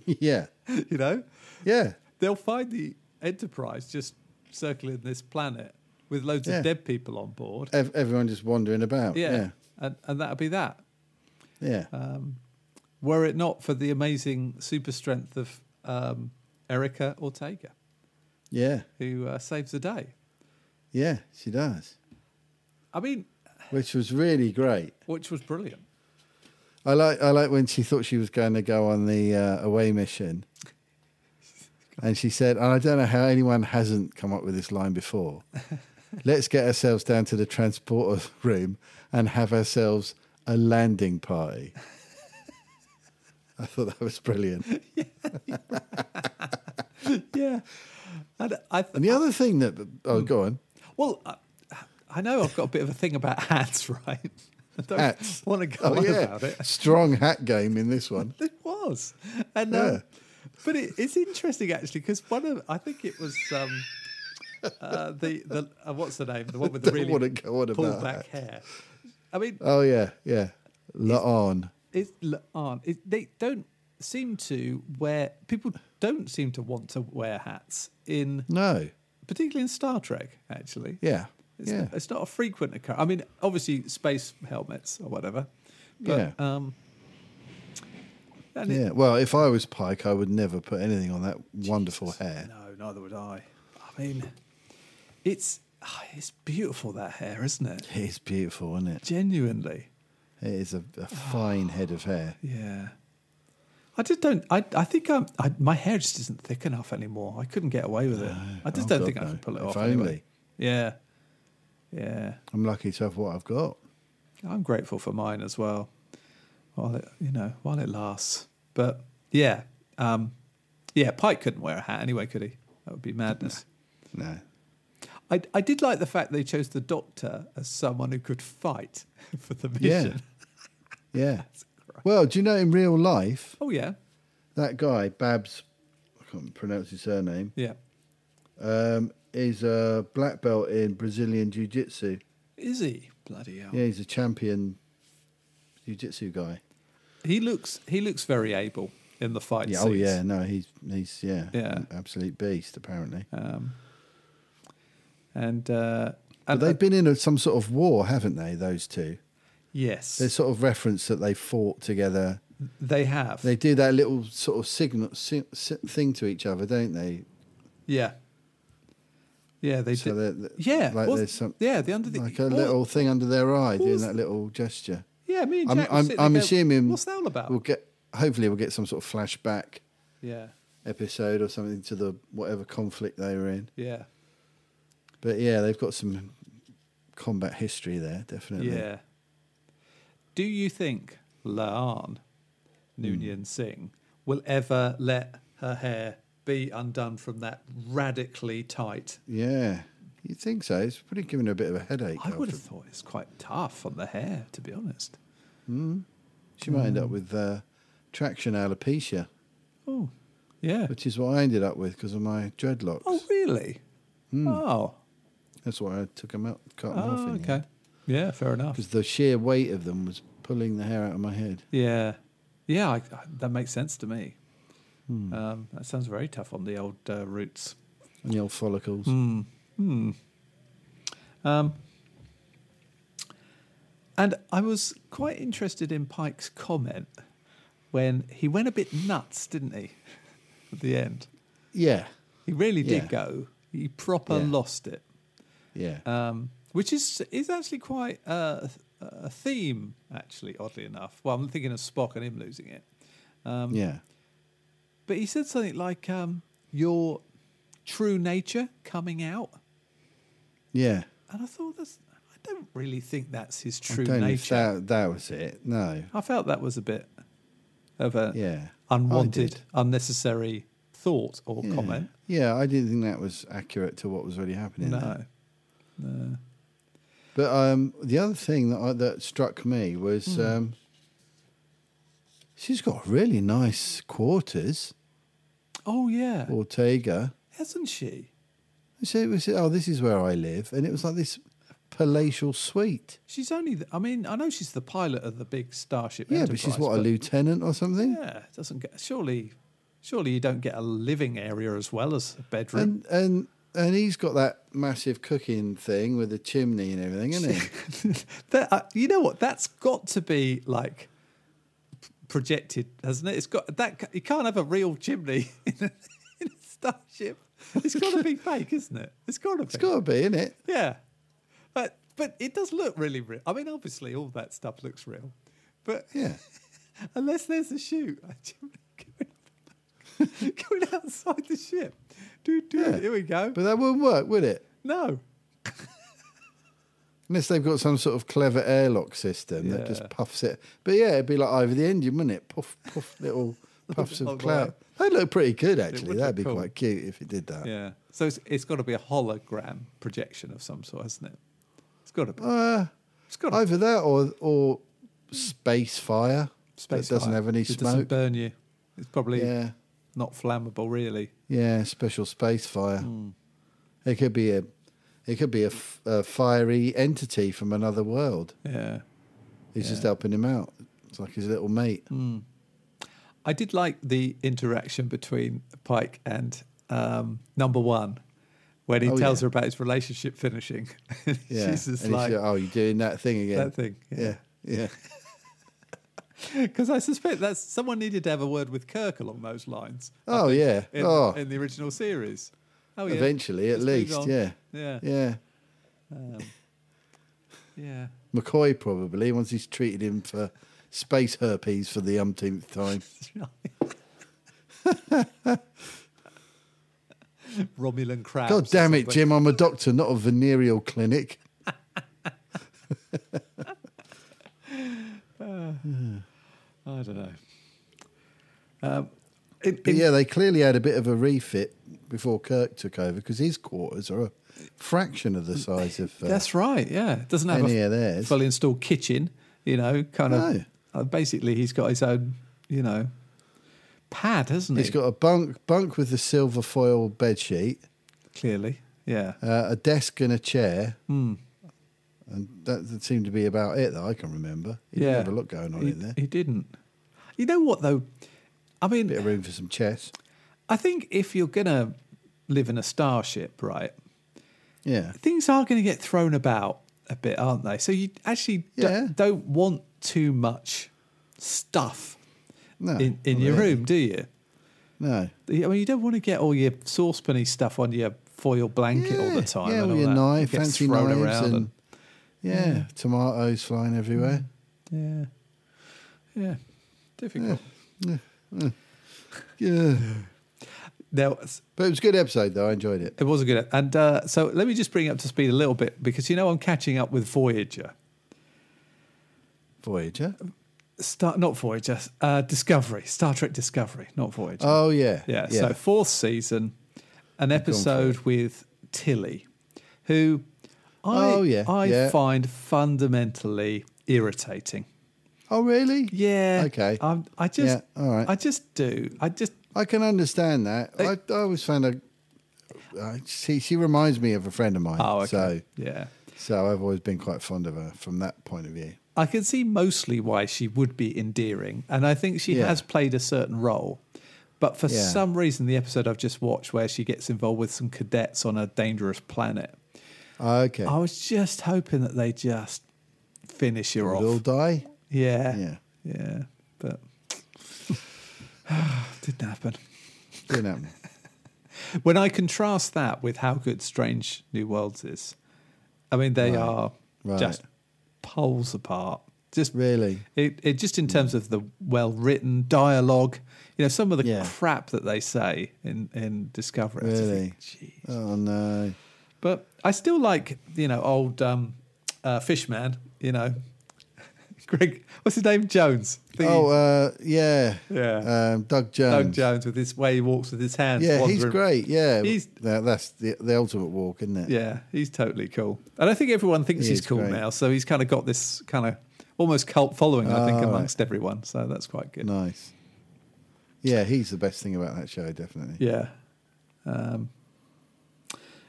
Speaker 2: Yeah. <laughs>
Speaker 4: you know,
Speaker 2: Yeah.
Speaker 4: they'll find the Enterprise just circling this planet with loads
Speaker 2: Yeah.
Speaker 4: of dead people on board.
Speaker 2: Ev- everyone just wandering about.
Speaker 4: Yeah, Uh.
Speaker 2: Yeah.
Speaker 4: and and that'll be that.
Speaker 2: Yeah.
Speaker 4: Were it not for the amazing super strength of um, Erica Ortega,
Speaker 2: yeah.
Speaker 4: who uh, saves the day.
Speaker 2: Yeah. She does,
Speaker 4: I mean,
Speaker 2: which was really great.
Speaker 4: which was brilliant.
Speaker 2: I like I like when she thought she was going to go on the uh, away mission, and she said, and "I don't know how anyone hasn't come up with this line
Speaker 4: <laughs>
Speaker 2: before. Let's get ourselves down to the transporter room and have ourselves a landing party." I thought that was brilliant.
Speaker 4: yeah. And I th-
Speaker 2: And the other thing that oh, go on.
Speaker 4: well, I, I know I've got a bit of a thing about <laughs> hats, right? I don't
Speaker 2: Hats.
Speaker 4: want to go
Speaker 2: Oh
Speaker 4: on
Speaker 2: yeah,
Speaker 4: about it. <laughs>
Speaker 2: strong hat game in this one.
Speaker 4: It was, and um, but it, it's interesting actually because one of I think it was um, uh, the the uh, what's the name the one with the
Speaker 2: <laughs> Don't
Speaker 4: really
Speaker 2: wanna go on about
Speaker 4: pulled back hair. I mean,
Speaker 2: Oh yeah, yeah. La on.
Speaker 4: it's l- aren't it, they don't seem to wear people don't seem to want to wear hats in
Speaker 2: No.
Speaker 4: particularly in Star Trek actually.
Speaker 2: Yeah.
Speaker 4: It's,
Speaker 2: yeah.
Speaker 4: not, it's not a frequent occurrence. I mean, obviously, space helmets or whatever. But,
Speaker 2: Yeah.
Speaker 4: Um, and it-
Speaker 2: Yeah. Well, if I was Pike, I would never put anything on that wonderful hair.
Speaker 4: no, neither would I. I mean, it's ah, it's beautiful that hair, isn't it?
Speaker 2: It's beautiful, isn't it?
Speaker 4: Genuinely,
Speaker 2: It is a,
Speaker 4: <sighs>
Speaker 2: a fine head of hair.
Speaker 4: yeah. I just don't. I I think I'm. I, my hair just isn't thick enough anymore. I couldn't get away with it. I just
Speaker 2: Oh,
Speaker 4: don't
Speaker 2: God,
Speaker 4: think I
Speaker 2: no.
Speaker 4: can pull it
Speaker 2: If
Speaker 4: off.
Speaker 2: only.
Speaker 4: Anyway. Yeah, yeah.
Speaker 2: I'm lucky to have what I've got.
Speaker 4: I'm grateful for mine as well, while it you know while it lasts. But yeah, um, yeah. Pike couldn't wear a hat anyway, could he? That would
Speaker 2: <laughs>
Speaker 4: be madness.
Speaker 2: No.
Speaker 4: I I did like the fact they chose the Doctor as someone who could fight <laughs> for the
Speaker 2: Yeah. <laughs>
Speaker 4: mission.
Speaker 2: Yeah. Well, do you know in real life
Speaker 4: Oh yeah,
Speaker 2: that guy Babs, I can't pronounce his surname,
Speaker 4: Yeah.
Speaker 2: um, is a black belt in Brazilian Jiu Jitsu.
Speaker 4: Is he? Bloody hell.
Speaker 2: Yeah, he's a champion Jiu Jitsu guy.
Speaker 4: He looks he looks very able in the fight
Speaker 2: Yeah,
Speaker 4: scenes.
Speaker 2: oh yeah, no, he's he's yeah,
Speaker 4: Yeah.
Speaker 2: an absolute beast apparently.
Speaker 4: Um, and uh,
Speaker 2: But
Speaker 4: and
Speaker 2: they've been in a, some sort of war, haven't they? Those two.
Speaker 4: yes,
Speaker 2: There's sort of reference that they fought together.
Speaker 4: they have.
Speaker 2: They do that little sort of signal si- si- thing to each other, don't they?
Speaker 4: yeah, yeah, they
Speaker 2: so
Speaker 4: did.
Speaker 2: they're, they're-
Speaker 4: Yeah,
Speaker 2: like
Speaker 4: was-
Speaker 2: there's some
Speaker 4: yeah, the under the
Speaker 2: like a
Speaker 4: what-
Speaker 2: little thing under their eye, doing
Speaker 4: was-
Speaker 2: that little gesture.
Speaker 4: Yeah, me and
Speaker 2: I'm-
Speaker 4: Jack. were
Speaker 2: I'm-
Speaker 4: sitting there
Speaker 2: I'm
Speaker 4: going,
Speaker 2: assuming
Speaker 4: What's that all about?
Speaker 2: We'll get hopefully we'll get some sort of flashback
Speaker 4: yeah,
Speaker 2: episode or something to the whatever conflict they were in.
Speaker 4: yeah,
Speaker 2: But yeah, they've got some combat history there, definitely.
Speaker 4: yeah. Do you think Laan
Speaker 2: Hmm.
Speaker 4: Noonien Singh will ever let her hair be undone from that radically tight?
Speaker 2: Yeah. You'd think so. It's probably giving her a bit of a headache.
Speaker 4: I would
Speaker 2: after-
Speaker 4: have thought Oh, it's quite tough on the hair, to be honest.
Speaker 2: She might end
Speaker 4: Mm.
Speaker 2: up with uh, traction
Speaker 4: <laughs>
Speaker 2: alopecia,
Speaker 4: Oh, yeah.
Speaker 2: which is what I ended up with because of my dreadlocks.
Speaker 4: Oh, really?
Speaker 2: Hmm.
Speaker 4: Oh,
Speaker 2: That's why I took them out, cut them off.
Speaker 4: oh okay. Yeah, fair enough.
Speaker 2: Because the sheer weight of them was pulling the hair out of my head.
Speaker 4: Yeah, yeah, I, I- that makes sense to me.
Speaker 2: Hmm.
Speaker 4: Um, that sounds very tough on the old uh, roots.
Speaker 2: And the old follicles.
Speaker 4: Mm. And I was quite interested in Pike's comment when he went a bit nuts, didn't he? <laughs> At the end,
Speaker 2: Yeah.
Speaker 4: he really did
Speaker 2: Yeah.
Speaker 4: go. He proper
Speaker 2: Yeah.
Speaker 4: lost it.
Speaker 2: Yeah.
Speaker 4: um, which is is actually quite a, a theme, actually, oddly enough. Well, I'm thinking of Spock and him losing it, Um,
Speaker 2: yeah.
Speaker 4: but he said something like um, "your true nature coming out,"
Speaker 2: Yeah.
Speaker 4: and I thought that's I don't really think that's his
Speaker 2: I
Speaker 4: true
Speaker 2: don't know if
Speaker 4: nature.
Speaker 2: That, that was it. No.
Speaker 4: I felt that was a bit of a
Speaker 2: Yeah. I
Speaker 4: unwanted,
Speaker 2: did.
Speaker 4: unnecessary thought or
Speaker 2: Oh, Yeah.
Speaker 4: comment.
Speaker 2: Yeah, I didn't think that was accurate to what was really happening. there.
Speaker 4: No,
Speaker 2: But um, the other thing that I, that struck me was
Speaker 4: Hmm.
Speaker 2: um, she's got really nice quarters,
Speaker 4: oh yeah,
Speaker 2: Ortega.
Speaker 4: hasn't she?
Speaker 2: I said, we said, "Oh, this is where I live," and it was like this palatial suite.
Speaker 4: She's only. The, I mean, I know she's the pilot of the big starship.
Speaker 2: Yeah, but she's
Speaker 4: Enterprise,
Speaker 2: what a
Speaker 4: but-
Speaker 2: lieutenant or something.
Speaker 4: Yeah, it doesn't get surely. Surely you don't get a living area as well as a bedroom.
Speaker 2: And and and he's got that massive cooking thing with the chimney and everything, isn't he?
Speaker 4: <laughs> that, uh, you know what? That's got to be like p- projected, hasn't it? It's got that. You can't have a real chimney <laughs> in a, in a starship. It's got
Speaker 2: <laughs>
Speaker 4: to be fake, isn't it? It's got to be.
Speaker 2: it's got to be, isn't it?
Speaker 4: Yeah, but but it does look really real. I mean, obviously all that stuff looks real, but
Speaker 2: Yeah.
Speaker 4: unless there's a shoot, a chimney <laughs> going, going outside the ship. Do do.
Speaker 2: Yeah.
Speaker 4: Here we go.
Speaker 2: But that wouldn't work, would it?
Speaker 4: no.
Speaker 2: Unless they've got some sort of clever airlock system that
Speaker 4: Yeah.
Speaker 2: just puffs it. But yeah, it'd be like over the engine, wouldn't it? Puff, puff,
Speaker 4: <laughs>
Speaker 2: little puffs
Speaker 4: Oh,
Speaker 2: of
Speaker 4: right.
Speaker 2: cloud. They'd look pretty good,
Speaker 4: would
Speaker 2: actually.
Speaker 4: look
Speaker 2: That'd be
Speaker 4: cool.
Speaker 2: quite cute if it did that.
Speaker 4: Yeah. So it's, it's got to be a hologram projection of some sort, hasn't it? It's got to be.
Speaker 2: Uh,
Speaker 4: It's got to
Speaker 2: either that or or space fire that doesn't have any
Speaker 4: It doesn't
Speaker 2: smoke.
Speaker 4: burn you. It's probably
Speaker 2: yeah,
Speaker 4: not flammable, really.
Speaker 2: yeah, special space fire.
Speaker 4: Hmm.
Speaker 2: It could be a it could be a, f- a fiery entity from another world.
Speaker 4: Yeah. Hmm.
Speaker 2: He's just helping him out. It's like his little mate.
Speaker 4: I did like the interaction between Pike and um, Number One when he
Speaker 2: Oh,
Speaker 4: tells
Speaker 2: yeah.
Speaker 4: her about his relationship finishing. <laughs>
Speaker 2: Yeah,
Speaker 4: She's just
Speaker 2: and he's
Speaker 4: like,
Speaker 2: like, "Oh, you're doing that thing again."
Speaker 4: that thing.
Speaker 2: Yeah,
Speaker 4: <laughs>
Speaker 2: yeah.
Speaker 4: Because I suspect that someone needed to have a word with Kirk along those lines
Speaker 2: Oh yeah.
Speaker 4: in,
Speaker 2: oh,
Speaker 4: in the original series. Oh, yeah.
Speaker 2: eventually, at
Speaker 4: Let's move
Speaker 2: least.
Speaker 4: on.
Speaker 2: Yeah.
Speaker 4: Yeah. Yeah.
Speaker 2: Yeah.
Speaker 4: yeah. <laughs>
Speaker 2: McCoy probably once he's treated him for space herpes for the umpteenth time.
Speaker 4: Romulan crabs.
Speaker 2: God
Speaker 4: or
Speaker 2: damn it,
Speaker 4: something.
Speaker 2: Jim! I'm a doctor, not a venereal clinic.
Speaker 4: I don't know. Um, in,
Speaker 2: But
Speaker 4: in-
Speaker 2: yeah, they clearly had a bit of a refit before Kirk took over because his quarters are a fraction of the size of. Uh,
Speaker 4: That's right. Yeah, it doesn't have
Speaker 2: Any
Speaker 4: a
Speaker 2: of theirs.
Speaker 4: fully installed kitchen. You know, kind
Speaker 2: No.
Speaker 4: of. Uh, basically, he's got his own. You know, pad, hasn't
Speaker 2: He's
Speaker 4: he?
Speaker 2: got a bunk bunk with the silver foil bed sheet,
Speaker 4: Clearly, yeah.
Speaker 2: uh, a desk and a chair.
Speaker 4: Hmm.
Speaker 2: And that, that seemed to be about it that I can remember. He didn't
Speaker 4: Yeah.
Speaker 2: have a lot going on
Speaker 4: he,
Speaker 2: in there.
Speaker 4: he didn't. You know what though? I mean,
Speaker 2: Bit of room for some chess.
Speaker 4: I think if you're gonna live in a starship, right,
Speaker 2: Yeah.
Speaker 4: things are going to get thrown about a bit, aren't they? So you actually d-
Speaker 2: Yeah.
Speaker 4: don't want too much stuff
Speaker 2: No.
Speaker 4: in, in
Speaker 2: not
Speaker 4: your
Speaker 2: really.
Speaker 4: room, do you?
Speaker 2: No.
Speaker 4: I mean, you don't want to get all your saucepanny stuff on your foil blanket all the time.
Speaker 2: Yeah,
Speaker 4: and
Speaker 2: with
Speaker 4: all
Speaker 2: your
Speaker 4: that.
Speaker 2: knife,
Speaker 4: Gets
Speaker 2: fancy
Speaker 4: thrown
Speaker 2: knives,
Speaker 4: around
Speaker 2: and, yeah, tomatoes flying everywhere.
Speaker 4: and- yeah, yeah, difficult.
Speaker 2: Yeah,
Speaker 4: Now
Speaker 2: but it was a good episode though. I enjoyed it.
Speaker 4: it was a good, and uh, so let me just bring you up to speed a little bit because you know I'm catching up with Voyager.
Speaker 2: Voyager.
Speaker 4: Star, not Voyager, uh, Discovery, Star Trek Discovery, not Voyager.
Speaker 2: Oh yeah,
Speaker 4: Yeah, so fourth season, an episode with Tilly, who I
Speaker 2: Oh, yeah,
Speaker 4: I
Speaker 2: yeah.
Speaker 4: find fundamentally irritating.
Speaker 2: oh really?
Speaker 4: Yeah. Uh,
Speaker 2: Okay.
Speaker 4: I'm, I just
Speaker 2: Yeah, all right.
Speaker 4: I just do. I just
Speaker 2: I can understand that. I, I always found her. I- uh, She she reminds me of a friend of mine.
Speaker 4: Oh, okay.
Speaker 2: So
Speaker 4: yeah.
Speaker 2: so I've always been quite fond of her from that point of view.
Speaker 4: I can see mostly why she would be endearing, and I think she
Speaker 2: Yeah.
Speaker 4: has played a certain role. But for
Speaker 2: Yeah.
Speaker 4: some reason, the episode I've just watched where she gets involved with some cadets on a dangerous planet,
Speaker 2: Okay.
Speaker 4: I was just hoping that they just finish her
Speaker 2: We'll all
Speaker 4: off.
Speaker 2: die.
Speaker 4: Yeah.
Speaker 2: Yeah.
Speaker 4: Yeah. But <sighs> didn't happen.
Speaker 2: Didn't happen.
Speaker 4: <laughs> When I contrast that with how good Strange New Worlds is, I mean they are
Speaker 2: Right.
Speaker 4: just poles apart. Just
Speaker 2: Really?
Speaker 4: it, it just
Speaker 2: Mm.
Speaker 4: in terms of the well written dialogue, you know, some of the
Speaker 2: Yeah.
Speaker 4: crap that they say in, in Discovery. I just
Speaker 2: Really?
Speaker 4: think, "Gee,
Speaker 2: Oh no.
Speaker 4: But I still like, you know, old um, uh, Fishman, you know. <laughs> Greg, what's his name? Jones. The-
Speaker 2: Oh uh, yeah.
Speaker 4: Yeah.
Speaker 2: Um, Doug Jones.
Speaker 4: Doug Jones with his way he walks with his hands.
Speaker 2: Yeah, he's
Speaker 4: wandering-
Speaker 2: great. Yeah,
Speaker 4: He's-
Speaker 2: That- that's the the ultimate walk, isn't it?
Speaker 4: Yeah, he's totally cool. And I think everyone thinks
Speaker 2: He
Speaker 4: he's
Speaker 2: is
Speaker 4: cool
Speaker 2: great.
Speaker 4: now. So he's kind of got this kind of almost cult following, I think,
Speaker 2: Ah, right.
Speaker 4: amongst everyone. So that's quite good.
Speaker 2: Nice. Yeah, he's the best thing about that show, definitely.
Speaker 4: Yeah. Um,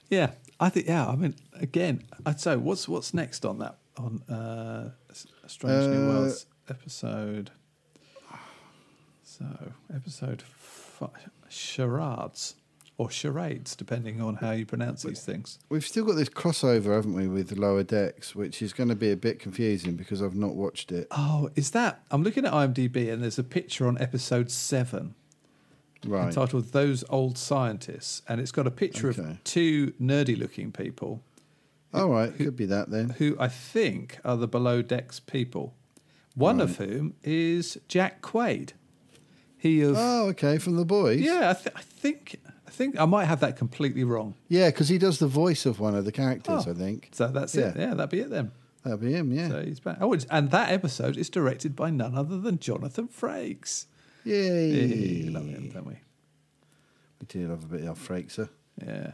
Speaker 4: yeah, I think, yeah, I mean, again, I'd say what's what's next on that, on uh, S- Strange New
Speaker 2: Uh,
Speaker 4: Worlds episode? So, episode five, charades or charades, depending on how you pronounce these things.
Speaker 2: We've still got this crossover, haven't we, with Lower Decks, which is going to be a bit confusing because I've not watched it.
Speaker 4: Oh, is that? I'm looking at IMDb and there's a picture on episode seven
Speaker 2: Right.
Speaker 4: entitled Those Old Scientists. And it's got a picture
Speaker 2: Okay.
Speaker 4: of two nerdy looking people
Speaker 2: All right, could be that then.
Speaker 4: who I think are the below decks people. One of whom is Jack Quaid. He <laughs> of.
Speaker 2: Oh, okay, from the boys.
Speaker 4: yeah, I, th- I think. I think I might have that completely wrong.
Speaker 2: yeah, because he does the voice of one of the characters.
Speaker 4: Oh.
Speaker 2: I think
Speaker 4: So that's it.
Speaker 2: Yeah.
Speaker 4: Yeah, that'd be it then.
Speaker 2: that'll be him. Yeah,
Speaker 4: So he's back. Oh, it's, and that episode is directed by none other than Jonathan Frakes.
Speaker 2: yay!
Speaker 4: Hey, love him, don't we?
Speaker 2: We do love a bit of Fraser.
Speaker 4: Yeah.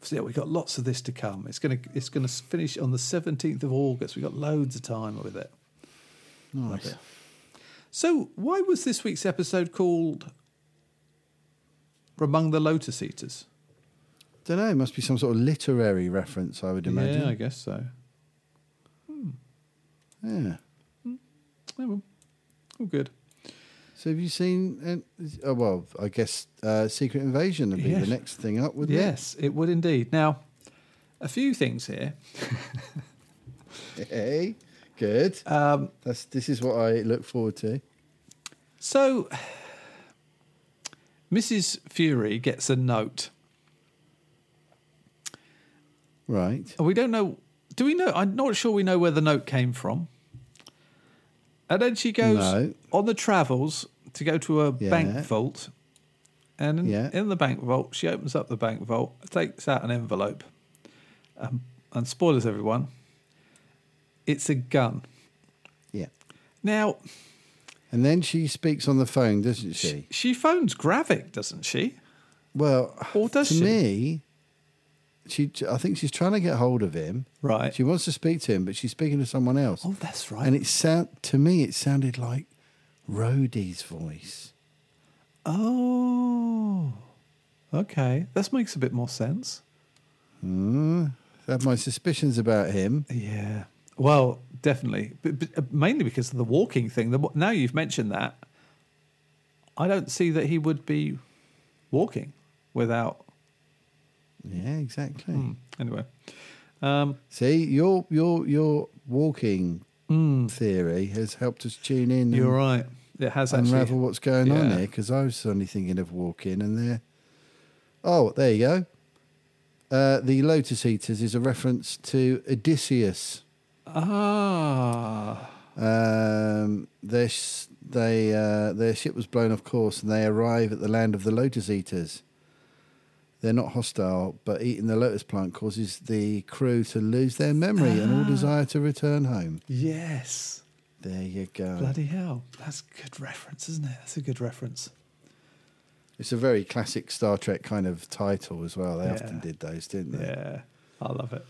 Speaker 4: So yeah, we've got lots of this to come. It's gonna it's gonna finish on the seventeenth of August. We've got loads of time with it.
Speaker 2: Nice.
Speaker 4: So why was this week's episode called Among the Lotus Eaters?
Speaker 2: Don't know. Must be some sort of literary reference, I would imagine.
Speaker 4: Yeah, I guess so.
Speaker 2: yeah.
Speaker 4: Yeah, well, all good.
Speaker 2: So have you seen? uh, Oh, well, I guess uh, Secret Invasion would be
Speaker 4: Yes.
Speaker 2: the next thing up, wouldn't
Speaker 4: Yes, it would indeed. Now, a few things here.
Speaker 2: it? Hey, good.
Speaker 4: Um,
Speaker 2: That's this is what I look forward to.
Speaker 4: so <sighs> Mrs. Fury gets a note
Speaker 2: Right.
Speaker 4: And we don't know. Do we know? I'm not sure we know where the note came from. And then she goes
Speaker 2: No.
Speaker 4: on the travels to go to a
Speaker 2: Yeah.
Speaker 4: bank vault. And in,
Speaker 2: Yeah.
Speaker 4: in the bank vault, she opens up the bank vault, takes out an envelope. Um, and spoilers, everyone, it's a gun.
Speaker 2: Yeah.
Speaker 4: Now,
Speaker 2: And then she speaks on the phone, doesn't
Speaker 4: she,
Speaker 2: she?
Speaker 4: she phones Gravik, doesn't she?
Speaker 2: Well,
Speaker 4: Or Oh, does
Speaker 2: to
Speaker 4: she?
Speaker 2: me, she I think she's trying to get hold of him.
Speaker 4: Right.
Speaker 2: She wants to speak to him, but she's speaking to someone else.
Speaker 4: oh, that's right.
Speaker 2: And it sound to me, it sounded like Rhodey's voice.
Speaker 4: Oh, okay. This makes a bit more sense.
Speaker 2: I have my suspicions about him.
Speaker 4: Yeah. Well, definitely, but, but uh, mainly because of the walking thing. The, wa- now you've mentioned that, I don't see that he would be walking without.
Speaker 2: Yeah, exactly.
Speaker 4: Hmm, Anyway, um,
Speaker 2: See, your your your walking theory has helped us tune in
Speaker 4: Hmm. you're
Speaker 2: and
Speaker 4: right. It has
Speaker 2: unravel
Speaker 4: actually.
Speaker 2: what's going on
Speaker 4: yeah.
Speaker 2: here because I was suddenly thinking of walking and there. Oh, there you go. Uh, the Lotus Eaters is a reference to Odysseus.
Speaker 4: Ah,
Speaker 2: Um, their sh- they uh, their ship was blown off course, and they arrive at the land of the lotus eaters. They're not hostile, but eating the lotus plant causes the crew to lose their memory and
Speaker 4: Ah.
Speaker 2: all desire to return home.
Speaker 4: yes.
Speaker 2: There you go.
Speaker 4: Bloody hell. That's a good reference, isn't it? That's a good reference.
Speaker 2: It's a very classic Star Trek kind of title as well. They
Speaker 4: Yeah.
Speaker 2: often did those, didn't they?
Speaker 4: Yeah. I love it.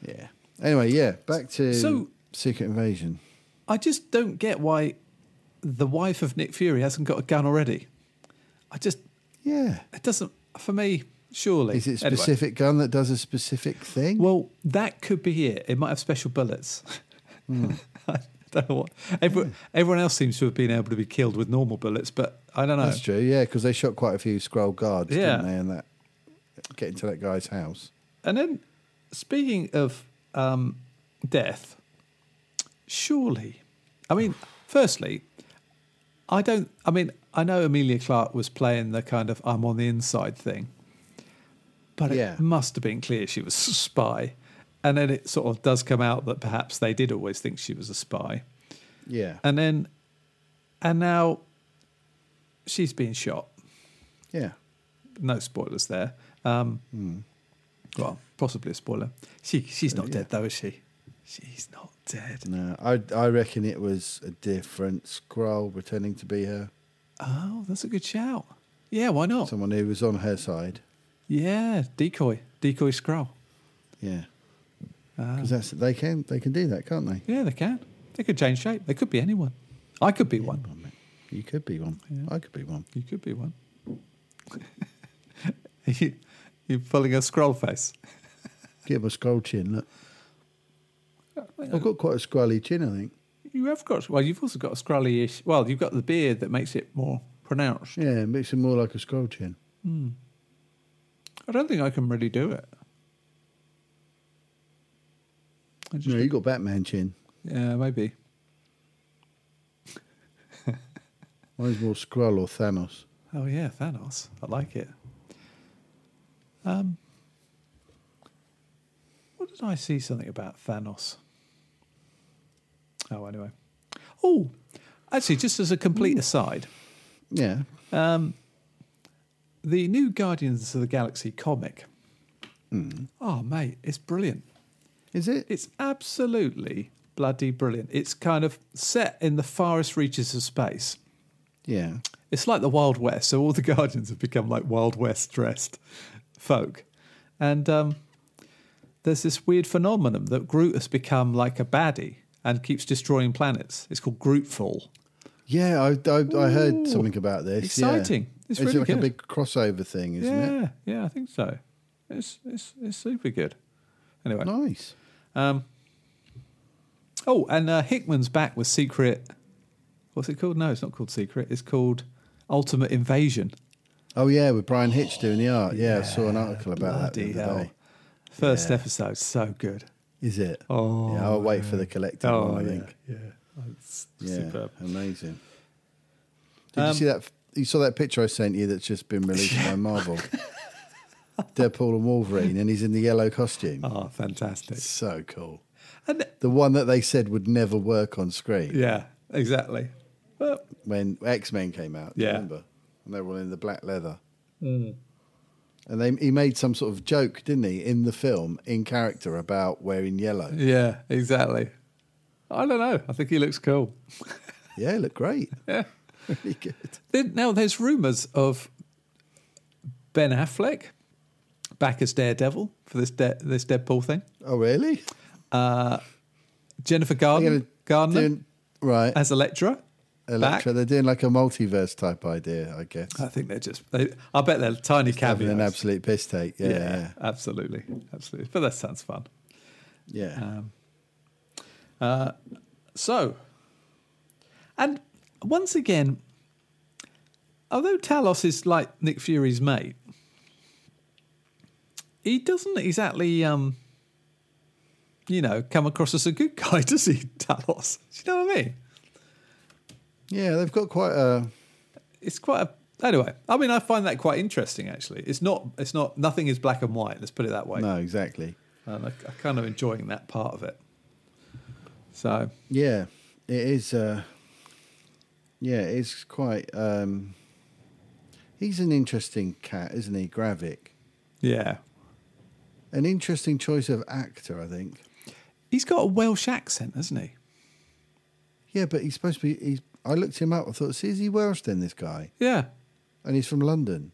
Speaker 2: Yeah. Anyway, yeah. Back to
Speaker 4: So-
Speaker 2: Secret Invasion.
Speaker 4: I just don't get why the wife of Nick Fury hasn't got a gun already. I just,
Speaker 2: Yeah.
Speaker 4: it doesn't, for me, surely.
Speaker 2: Is it
Speaker 4: Anyway.
Speaker 2: specific gun that does a specific thing?
Speaker 4: well, that could be it. It might have special bullets.
Speaker 2: Hmm.
Speaker 4: <laughs> I don't know what. Every, Everyone else seems to have been able to be killed with normal bullets, but I don't know.
Speaker 2: That's true, yeah, because they shot quite a few scroll guards,
Speaker 4: Yeah.
Speaker 2: didn't they? And that get into that guy's house.
Speaker 4: And then, speaking of um, death, surely, I mean, firstly, I don't. I mean, I know Amelia Clark was playing the kind of "I'm on the inside" thing, but
Speaker 2: Yeah.
Speaker 4: it must have been clear she was a spy. And then it sort of does come out that perhaps they did always think she was a spy.
Speaker 2: Yeah,
Speaker 4: And then, and now, she's being shot.
Speaker 2: yeah,
Speaker 4: No spoilers there. Um, Well, possibly a spoiler. She she's not dead though, is she? She's not dead.
Speaker 2: no, I I reckon it was a different scroll pretending to be her,
Speaker 4: Oh, that's a good shout. Yeah, why not?
Speaker 2: someone who was on her side.
Speaker 4: yeah, decoy, decoy scroll.
Speaker 2: Yeah,
Speaker 4: Ah.
Speaker 2: because that's they can they can do that, can't they?
Speaker 4: Yeah, they can. They could change shape. They could be anyone. I could be one.
Speaker 2: You could be one. I could be one.
Speaker 4: You could be one. <laughs> you you pulling a scroll face.
Speaker 2: Give a scroll chin. Look, I've got quite a scrolly chin, I think.
Speaker 4: You have got well. You've also got a scrolly-ish. Well, you've got the beard that makes it more pronounced.
Speaker 2: Yeah, it makes it more like a scroll chin.
Speaker 4: I don't think I can really do it. I just
Speaker 2: No, you got Batman chin.
Speaker 4: Yeah, maybe.
Speaker 2: Mine's more scroll or Thanos.
Speaker 4: Oh yeah, Thanos. I like it. Um, what did I see something about Thanos? Oh, anyway. Oh, actually, just as a complete aside,
Speaker 2: Yeah,
Speaker 4: the new Guardians of the Galaxy comic. Oh, mate, it's brilliant.
Speaker 2: is it?
Speaker 4: It's absolutely bloody brilliant. It's kind of set in the farthest reaches of space.
Speaker 2: Yeah,
Speaker 4: It's like the Wild West. So all the <laughs> guardians have become like Wild West dressed folk. And um, there's this weird phenomenon that Groot has become like a baddie and keeps destroying planets. It's called Grootfall.
Speaker 2: Yeah, I, I, I
Speaker 4: Ooh,
Speaker 2: heard something about this.
Speaker 4: exciting.
Speaker 2: Yeah. It's,
Speaker 4: It's really
Speaker 2: like
Speaker 4: good.
Speaker 2: a big crossover thing, isn't it?
Speaker 4: Yeah, yeah, I think so. It's it's it's super good. Anyway,
Speaker 2: Nice.
Speaker 4: oh, and uh, Hickman's back with Secret. What's it called? No, it's not called Secret. It's called Ultimate Invasion.
Speaker 2: Oh yeah, with Brian Hitch doing the art. Yeah, I saw an article about
Speaker 4: Bloody
Speaker 2: that the other
Speaker 4: hell!
Speaker 2: day.
Speaker 4: First episode, so good.
Speaker 2: Is it?
Speaker 4: Oh,
Speaker 2: yeah. I'll wait for the collective one. I think.
Speaker 4: yeah, it's
Speaker 2: Oh, Yeah, Um,
Speaker 4: superb.
Speaker 2: amazing. Did you see that? You saw that picture I sent you that's just been released <laughs> by Marvel. Deadpool and Wolverine, and he's in the yellow costume.
Speaker 4: Oh, fantastic!
Speaker 2: So cool.
Speaker 4: And
Speaker 2: The one that they said would never work on screen
Speaker 4: yeah, exactly. Well,
Speaker 2: when X Men came out. do you
Speaker 4: Yeah. Mm.
Speaker 2: remember? And they were all in the black leather. And they, he made some sort of joke, didn't he, in the film, in character, about wearing yellow.
Speaker 4: yeah, exactly. I don't know. I think he looks cool.
Speaker 2: Yeah, it looked
Speaker 4: <laughs>
Speaker 2: great.
Speaker 4: Yeah.
Speaker 2: really good.
Speaker 4: Then, now there's rumours of Ben Affleck back as Daredevil for this De- this Deadpool thing.
Speaker 2: Oh, really?
Speaker 4: Jennifer Garden,
Speaker 2: They're gonna
Speaker 4: Gardner
Speaker 2: do- right.
Speaker 4: as Elektra.
Speaker 2: Electra. They're doing like a multiverse type idea, I guess.
Speaker 4: I think they're just. They, I bet they're tiny
Speaker 2: Having
Speaker 4: cameos.
Speaker 2: an absolute piss take. Yeah, yeah.
Speaker 4: absolutely, absolutely. But that sounds fun.
Speaker 2: yeah.
Speaker 4: Um, uh, so, and once again, although Talos is like Nick Fury's mate, he doesn't exactly, um, you know, come across as a good guy, <laughs> does he, Talos? Do you know what I mean?
Speaker 2: yeah, they've got quite a.
Speaker 4: It's quite a. Anyway, I mean, I find that quite interesting. Actually, it's not. It's not. Nothing is black and white. Let's put it that way.
Speaker 2: No, exactly.
Speaker 4: And I, I'm kind of enjoying that part of it. So
Speaker 2: Yeah, it is. Uh, yeah, it's quite. Um, he's an interesting cat, isn't he? Gravik.
Speaker 4: yeah,
Speaker 2: An interesting choice of actor, I think.
Speaker 4: He's got a Welsh accent, hasn't he?
Speaker 2: Yeah, but he's supposed to be. He's, I looked him up. I thought, see, is he Welsh then, this guy?
Speaker 4: Yeah.
Speaker 2: And he's from London.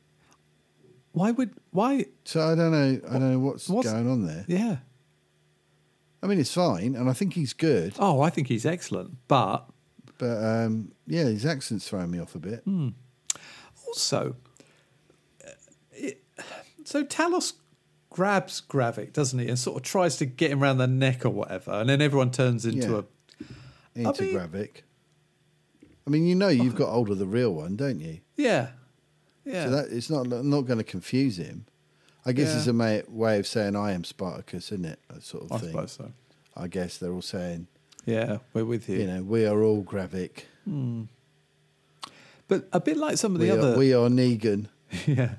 Speaker 4: Why would why?
Speaker 2: So I don't know. I don't know what's,
Speaker 4: What's-
Speaker 2: going on there.
Speaker 4: Yeah.
Speaker 2: I mean, it's fine, and I think he's good,
Speaker 4: Oh, I think he's excellent, but
Speaker 2: but um, yeah, his accent's throwing me off a bit.
Speaker 4: Hmm. also, uh, it, so Talos grabs Gravik, doesn't he, and sort of tries to get him around the neck or whatever, and then everyone turns into
Speaker 2: Yeah.
Speaker 4: a
Speaker 2: Into
Speaker 4: mean-
Speaker 2: Gravik. I mean, you know, you've got hold of the real one, don't you?
Speaker 4: yeah, yeah.
Speaker 2: So that it's not not going to confuse him. I guess
Speaker 4: Yeah.
Speaker 2: it's a ma- way of saying I am Spartacus, isn't it? That sort of
Speaker 4: I
Speaker 2: thing.
Speaker 4: suppose so.
Speaker 2: I guess they're all saying,
Speaker 4: Yeah, we're with you.
Speaker 2: you know, we are all Gravik.
Speaker 4: But a bit like some of the
Speaker 2: We are,
Speaker 4: other
Speaker 2: we are Negan.
Speaker 4: <laughs> Yeah.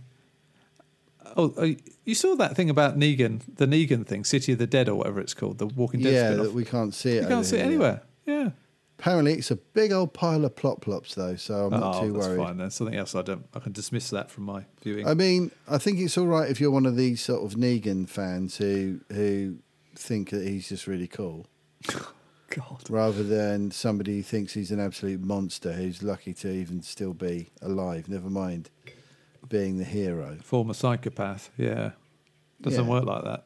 Speaker 4: Oh, uh, you saw that thing about Negan, the Negan thing, City of the Dead or whatever it's called, the Walking Dead
Speaker 2: Yeah,
Speaker 4: spin-off.
Speaker 2: that we can't see it.
Speaker 4: You
Speaker 2: over
Speaker 4: can't see it
Speaker 2: here yet.
Speaker 4: anywhere. Yeah.
Speaker 2: Apparently, it's a big old pile of plop plops, though. So I'm not too
Speaker 4: Oh, that's
Speaker 2: worried. Um,
Speaker 4: fine. There's something else I don't. I can dismiss that from my viewing.
Speaker 2: I mean, I think it's all right if you're one of these sort of Negan fans who who think that he's just really cool,
Speaker 4: God.
Speaker 2: rather than somebody who thinks he's an absolute monster who's lucky to even still be alive. Never mind being the hero.
Speaker 4: Former psychopath. Yeah. Doesn't
Speaker 2: Yeah.
Speaker 4: work like that.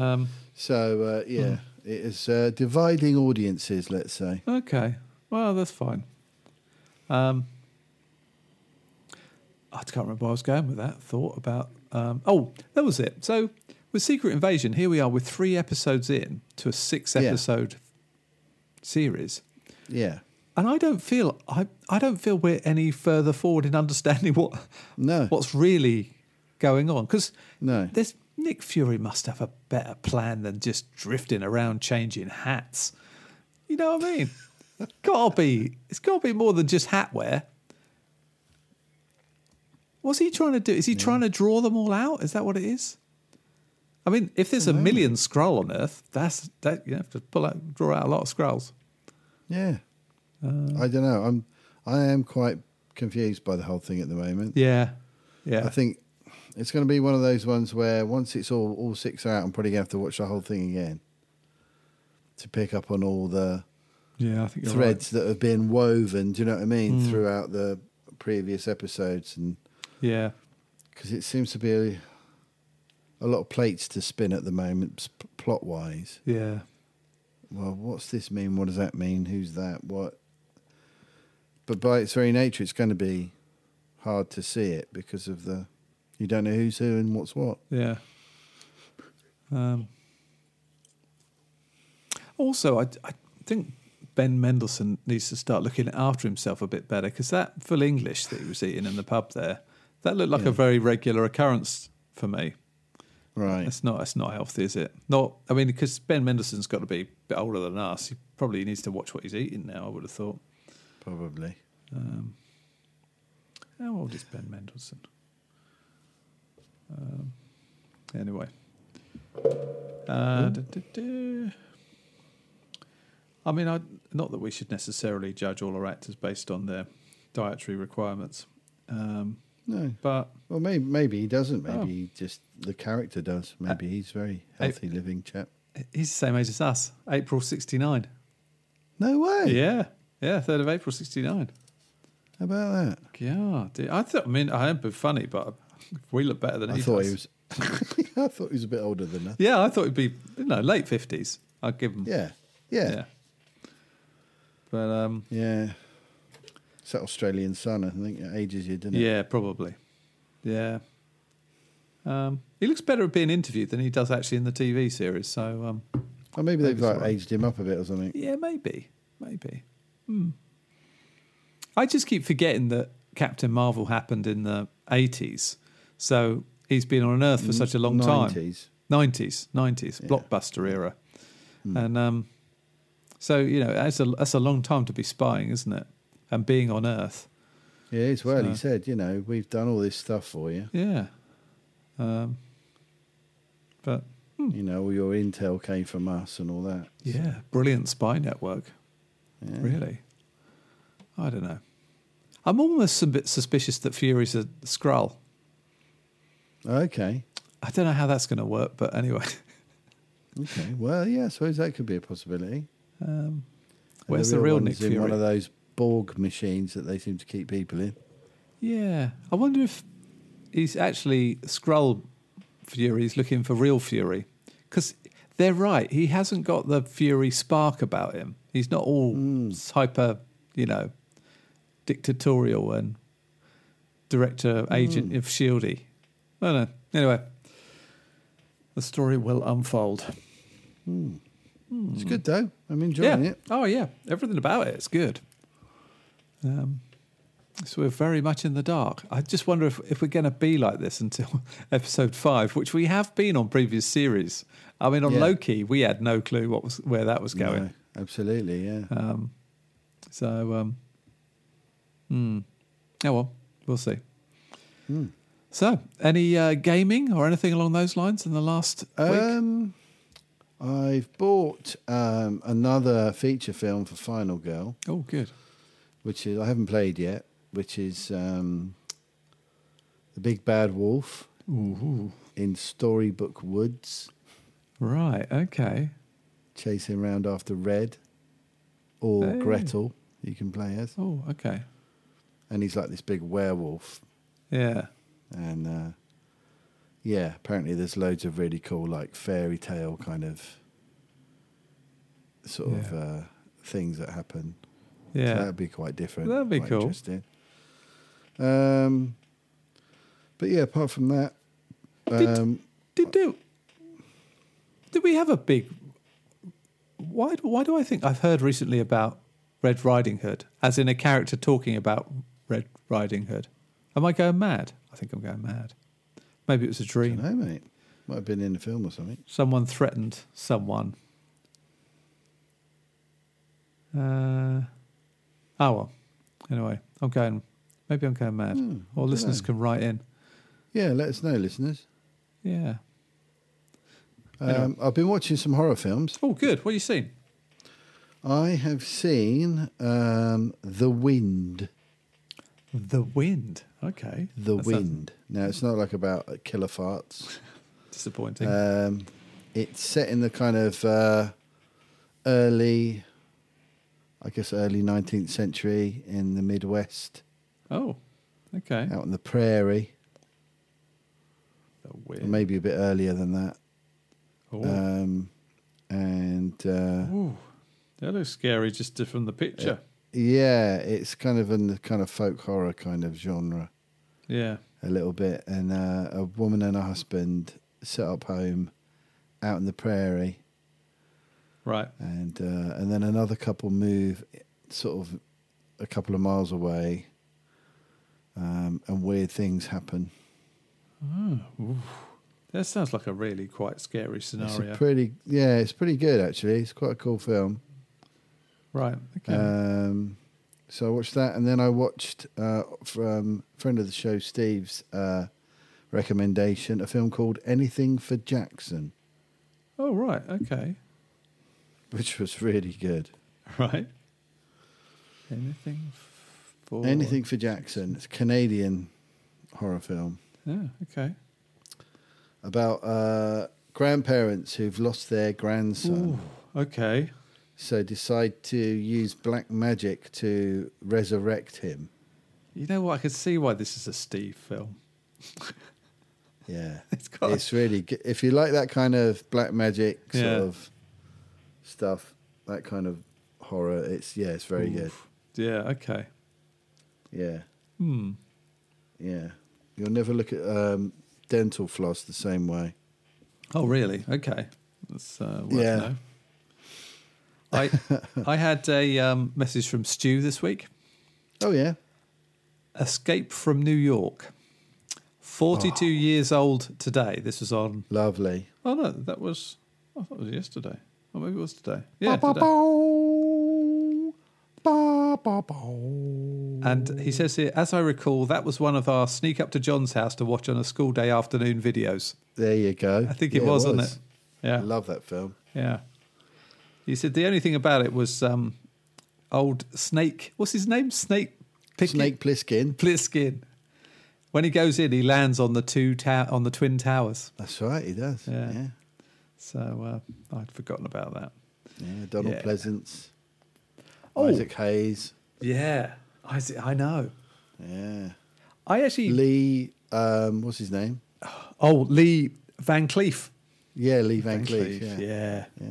Speaker 4: Um,
Speaker 2: So uh, yeah,
Speaker 4: Hmm.
Speaker 2: it is uh, dividing audiences. Let's say.
Speaker 4: okay. Well, that's fine. Um, I can't remember where I was going with that thought about. Um, oh, that was it. So with Secret Invasion, here we are with three episodes in to a six
Speaker 2: Yeah.
Speaker 4: episode series.
Speaker 2: Yeah.
Speaker 4: and I don't feel I, I don't feel we're any further forward in understanding <laughs> what
Speaker 2: No.
Speaker 4: what's really going on because
Speaker 2: No.
Speaker 4: this Nick Fury must have a better plan than just drifting around changing hats. You know what
Speaker 2: <laughs>
Speaker 4: I mean? gotta be it's gotta be more than just hat wear. What's he trying to do? Is he trying to draw them all out? Is that what it is? I mean, if there's a million scroll on Earth, that's that you have to pull out, draw out a lot of scrolls.
Speaker 2: Yeah.
Speaker 4: Uh.
Speaker 2: I don't know. I'm I am quite confused by the whole thing at the moment.
Speaker 4: Yeah, yeah.
Speaker 2: I think it's going to be one of those ones where once it's all all six are out, I'm probably going to have to watch the whole thing again to pick up on all the
Speaker 4: Yeah, I think you're Hmm.
Speaker 2: threads that have been woven. Do you know what I mean? Throughout the previous episodes, and
Speaker 4: right. Yeah,
Speaker 2: because it seems to be a, a lot of plates to spin at the moment, plot wise.
Speaker 4: yeah,
Speaker 2: Well, what's this mean? What does that mean? Who's that? What? But by its very nature, it's going to be hard to see it because of the you don't know who's who and what's what.
Speaker 4: yeah. Um, also, I, I think Ben Mendelsohn needs to start looking after himself a bit better because that full English that he was eating in the pub there, that looked like a very regular occurrence for me.
Speaker 2: Right.
Speaker 4: That's not that's not healthy, is it? Not. I mean, because Ben Mendelsohn's got to be a bit older than us. He probably needs to watch what he's eating now. I would have thought.
Speaker 2: Probably.
Speaker 4: How old is Ben Mendelsohn? Um, anyway. Uh, duh, duh, duh. I mean, I, not that we should necessarily judge all our actors based on their dietary requirements, um,
Speaker 2: No.
Speaker 4: but
Speaker 2: Well, maybe maybe he doesn't. Maybe
Speaker 4: Oh. Uh,
Speaker 2: he just the character does. Maybe he's a very healthy living chap.
Speaker 4: he's the same age as us. April '69.
Speaker 2: No way.
Speaker 4: Yeah, yeah, third of April '69.
Speaker 2: How about that?
Speaker 4: Yeah, dude. I thought. I mean, I am a bit funny, but we look better than
Speaker 2: I
Speaker 4: he
Speaker 2: thought
Speaker 4: does.
Speaker 2: he was. I thought he was <laughs> a bit older than that.
Speaker 4: Yeah, I thought he'd be you know late fifties. I'd give him.
Speaker 2: Yeah. Yeah.
Speaker 4: But um,
Speaker 2: Yeah. It's that Australian sun, I think, it ages you, didn't it?
Speaker 4: Yeah, probably. Yeah. Um, he looks better at being interviewed than he does actually in the TV series. So um,
Speaker 2: Or maybe they've
Speaker 4: Maybe it's
Speaker 2: like
Speaker 4: all right.
Speaker 2: aged him up a bit or something.
Speaker 4: yeah, maybe, maybe. Hmm. I just keep forgetting that Captain Marvel happened in the eighties, so he's been on Earth
Speaker 2: Mm,
Speaker 4: for such a long time.
Speaker 2: 90s.
Speaker 4: Nineties, nineties, blockbuster era, and um, so you know that's a that's a long time to be spying, isn't it? And being on Earth.
Speaker 2: Yeah, as well. He
Speaker 4: So-
Speaker 2: said, you know, we've done all this stuff for you.
Speaker 4: Yeah. Um, but
Speaker 2: You know, all your intel came from us and all that.
Speaker 4: Hmm. yeah, brilliant spy network.
Speaker 2: Yeah.
Speaker 4: Really. I don't know. I'm almost a bit suspicious that Fury's a Skrull.
Speaker 2: Okay.
Speaker 4: I don't know how that's going to work, but anyway. <laughs>
Speaker 2: Okay. Well, yeah, I suppose that could be a possibility.
Speaker 4: Um,
Speaker 2: And
Speaker 4: where's the real,
Speaker 2: one's
Speaker 4: Nick
Speaker 2: in
Speaker 4: Fury?
Speaker 2: One of those Borg machines that they seem to keep people in.
Speaker 4: yeah. I wonder if he's actually Skrull Fury. He's looking for real Fury. Because they're right. He hasn't got the Fury spark about him. He's not all hyper, you know, dictatorial and director agent of Shieldy. E I don't know. Anyway, the story will unfold.
Speaker 2: It's good though. I'm enjoying
Speaker 4: Hmm. yeah.
Speaker 2: it.
Speaker 4: Oh yeah. Everything about it is good. Um, so we're very much in the dark. I just wonder if, if we're going to be like this until <laughs> episode five, which we have been on previous series. I mean, on
Speaker 2: Yeah.
Speaker 4: Loki, we had no clue what was where that was going.
Speaker 2: No, absolutely, yeah.
Speaker 4: So, um, hmm. oh well, we'll see.
Speaker 2: Hmm.
Speaker 4: So, any uh, gaming or anything along those lines in the last week?
Speaker 2: Um, I've bought um, another feature film for Final Girl,
Speaker 4: Oh, good.
Speaker 2: which is I haven't played yet, which is um, the Big Bad Wolf in Storybook Woods,
Speaker 4: Right. Okay.
Speaker 2: chasing round after Red or
Speaker 4: Hey.
Speaker 2: Gretel. You can play as,
Speaker 4: Oh, okay.
Speaker 2: and he's like this big werewolf,
Speaker 4: Yeah.
Speaker 2: and uh, yeah, apparently there's loads of really cool like fairy tale kind of sort of
Speaker 4: Yeah.
Speaker 2: uh, things that happen. So
Speaker 4: Yeah.
Speaker 2: that'd be quite different.
Speaker 4: That'd be
Speaker 2: quite
Speaker 4: cool.
Speaker 2: Interesting. Um, but yeah, apart from that,
Speaker 4: Did-
Speaker 2: um,
Speaker 4: Did do did we have a big? Why why do I think I've heard recently about Red Riding Hood, as in a character talking about Red Riding Hood? Am I going mad? I think I'm going mad. Maybe it was a
Speaker 2: I
Speaker 4: dream.
Speaker 2: don't know, mate. Might have been in the film or something.
Speaker 4: Someone threatened someone. Uh, oh well. Anyway, I'm going. Maybe I'm going mad. or listeners
Speaker 2: dunno.
Speaker 4: can write in.
Speaker 2: Yeah, let us know, listeners.
Speaker 4: Yeah.
Speaker 2: Um, I've been watching some horror films.
Speaker 4: Oh, good. What have you seen?
Speaker 2: I have seen um, The Wind.
Speaker 4: The wind. Okay.
Speaker 2: The
Speaker 4: That sounds
Speaker 2: Wind. Now, it's not like about uh, killer farts.
Speaker 4: Disappointing.
Speaker 2: Um, it's set in the kind of uh, early, I guess, early 19th century in the Midwest,
Speaker 4: oh, okay.
Speaker 2: out on the prairie,
Speaker 4: The
Speaker 2: or
Speaker 4: wind.
Speaker 2: maybe a bit earlier than that.
Speaker 4: oh.
Speaker 2: Um, and uh,
Speaker 4: Ooh. That looks scary just to- from the picture.
Speaker 2: yeah, it's kind of in the kind of folk horror kind of genre
Speaker 4: Yeah.
Speaker 2: a little bit. And uh, a woman and her husband set up home out in the prairie.
Speaker 4: Right.
Speaker 2: and uh, and then another couple move sort of a couple of miles away, um, and weird things happen.
Speaker 4: That sounds like a really quite scary scenario.
Speaker 2: It's a pretty yeah, it's pretty good actually. It's quite a cool film.
Speaker 4: right. Okay.
Speaker 2: Um, so I watched that, and then I watched uh, from friend of the show Steve's uh, recommendation a film called Anything for Jackson, <laughs>
Speaker 4: oh, right. Okay. <laughs>
Speaker 2: which was really good.
Speaker 4: Right. Anything f- for
Speaker 2: Anything for Jackson. It's a Canadian horror film.
Speaker 4: Yeah. Okay.
Speaker 2: about uh, grandparents who've lost their grandson,
Speaker 4: Okay.
Speaker 2: so decide to use black magic to resurrect him.
Speaker 4: You know what? I could see why this is a Steve film. <laughs>
Speaker 2: Yeah,
Speaker 4: It's got.
Speaker 2: it's really good. if you like that kind of black magic sort
Speaker 4: Yeah.
Speaker 2: of stuff, that kind of horror. It's yeah, it's very good.
Speaker 4: Yeah. Okay.
Speaker 2: Yeah. Hmm. Yeah. You'll never look at um, dental floss the same way.
Speaker 4: Oh, really? Okay. That's uh, worth
Speaker 2: Yeah.
Speaker 4: know.
Speaker 2: <laughs>
Speaker 4: I I had a um, message from Stu this week.
Speaker 2: Oh yeah.
Speaker 4: Escape from New York.
Speaker 2: Oh.
Speaker 4: 42 years old today. This was on.
Speaker 2: Lovely.
Speaker 4: Oh, no, that was. I thought it was yesterday. Or maybe it was today. Yeah,
Speaker 2: Ba ba
Speaker 4: today.
Speaker 2: bow. Ba ba bow.
Speaker 4: And he says here, as I recall, that was one of our sneak up to John's house to watch on a school day afternoon videos.
Speaker 2: There you go.
Speaker 4: I think it was, wasn't it?
Speaker 2: I
Speaker 4: Yeah.
Speaker 2: love that film.
Speaker 4: Yeah. He said the only thing about it was um, old Snake. What's his name? Snake Pickett
Speaker 2: Snake Plissken.
Speaker 4: Plissken. When he goes in, he lands on the two ta- on the twin towers.
Speaker 2: That's right, he does.
Speaker 4: Yeah.
Speaker 2: Yeah. Yeah.
Speaker 4: So uh, I'd forgotten about that.
Speaker 2: Donald
Speaker 4: Yeah.
Speaker 2: Pleasance.
Speaker 4: Oh.
Speaker 2: Isaac Hayes.
Speaker 4: Yeah, I see, I know.
Speaker 2: Yeah.
Speaker 4: I actually
Speaker 2: Lee um what's his name?
Speaker 4: oh Lee Van Cleef.
Speaker 2: Yeah, Lee Van Cleef.
Speaker 4: yeah.
Speaker 2: Yeah.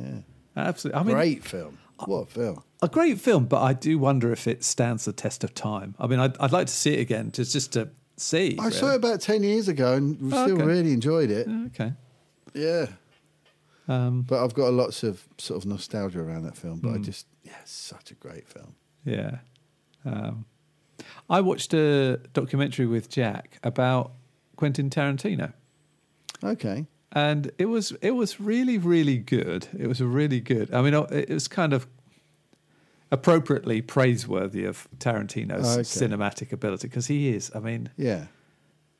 Speaker 4: absolutely. I mean,
Speaker 2: Great film. What a film.
Speaker 4: a great film, but I do wonder if it stands the test of time. I mean, I'd, I'd like to see it again just just to see.
Speaker 2: I saw it about 10 years ago and
Speaker 4: Oh,
Speaker 2: still
Speaker 4: okay.
Speaker 2: really enjoyed it.
Speaker 4: Okay.
Speaker 2: Yeah.
Speaker 4: Um, Hmm.
Speaker 2: But I've got lots of sort of nostalgia around that film. But I just, yeah, it's such a great film.
Speaker 4: Yeah. Um, I watched a documentary with Jack about Quentin Tarantino,
Speaker 2: Okay.
Speaker 4: and it was it was really really good. It was really good. I mean, it was kind of appropriately praiseworthy of Tarantino's
Speaker 2: Okay.
Speaker 4: cinematic ability because he is. I mean,
Speaker 2: Yeah.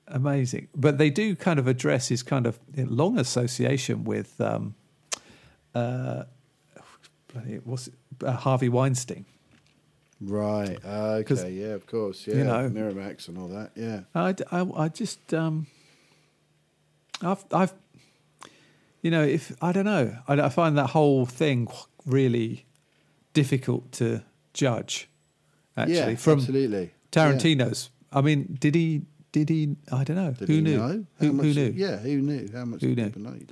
Speaker 4: amazing. But they do kind of address his kind of long association with um, uh, bloody, what's it, uh, Harvey Weinstein.
Speaker 2: Right. Okay. Yeah, of course. Yeah.
Speaker 4: you know-
Speaker 2: Miramax and all that. Yeah.
Speaker 4: I, d- I- I just um, I've I've you know if I don't know I, I find that whole thing really difficult to judge actually
Speaker 2: yeah.
Speaker 4: from
Speaker 2: absolutely.
Speaker 4: Tarantino's. I mean, did he? Did he? I don't know.
Speaker 2: Yeah. Did
Speaker 4: who
Speaker 2: he
Speaker 4: knew?
Speaker 2: Know? How
Speaker 4: Who, who
Speaker 2: much-
Speaker 4: knew?
Speaker 2: Yeah. Who knew? How much
Speaker 4: Who
Speaker 2: do
Speaker 4: knew?
Speaker 2: people know? You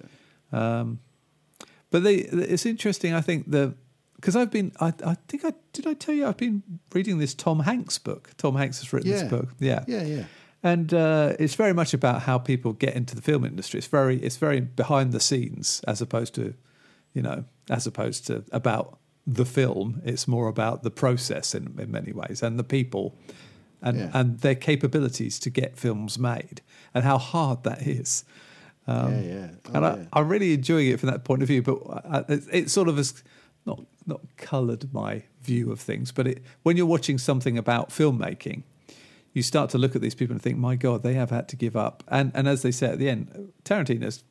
Speaker 2: don't.
Speaker 4: But they, it's interesting. I think the because I've been. I, I think I did. I tell you I've been reading this Tom Hanks book. Tom Hanks has written
Speaker 2: Yeah.
Speaker 4: this book.
Speaker 2: Yeah. Yeah.
Speaker 4: and uh, it's very much about how people get into the film industry. It's very it's very behind the scenes as opposed to, you know, as opposed to about the film. It's more about the process in, in many ways and the people, and
Speaker 2: Yeah.
Speaker 4: and their capabilities to get films made and how hard that is.
Speaker 2: yeah. Yeah. Oh,
Speaker 4: Um, and I,
Speaker 2: yeah.
Speaker 4: I'm really enjoying it from that point of view. But I, it, it sort of has not not coloured my view of things. But it, when you're watching something about filmmaking, you start to look at these people and think, my God, they have had to give up. And and as they say at the end, Tarantino's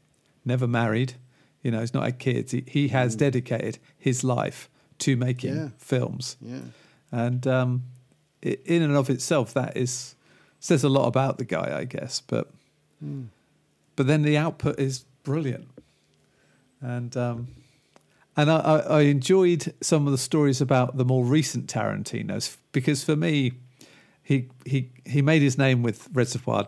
Speaker 4: never married. You know, he's not had kids. He, he has dedicated his life to making
Speaker 2: Mm. Yeah.
Speaker 4: films
Speaker 2: yeah.
Speaker 4: and um, i in and of itself, that is says a lot about the guy, I guess. But
Speaker 2: Hmm.
Speaker 4: but then the output is brilliant, and um, and I, I, I enjoyed some of the stories about the more recent Tarantino's because for me, he he he made his name with Reservoir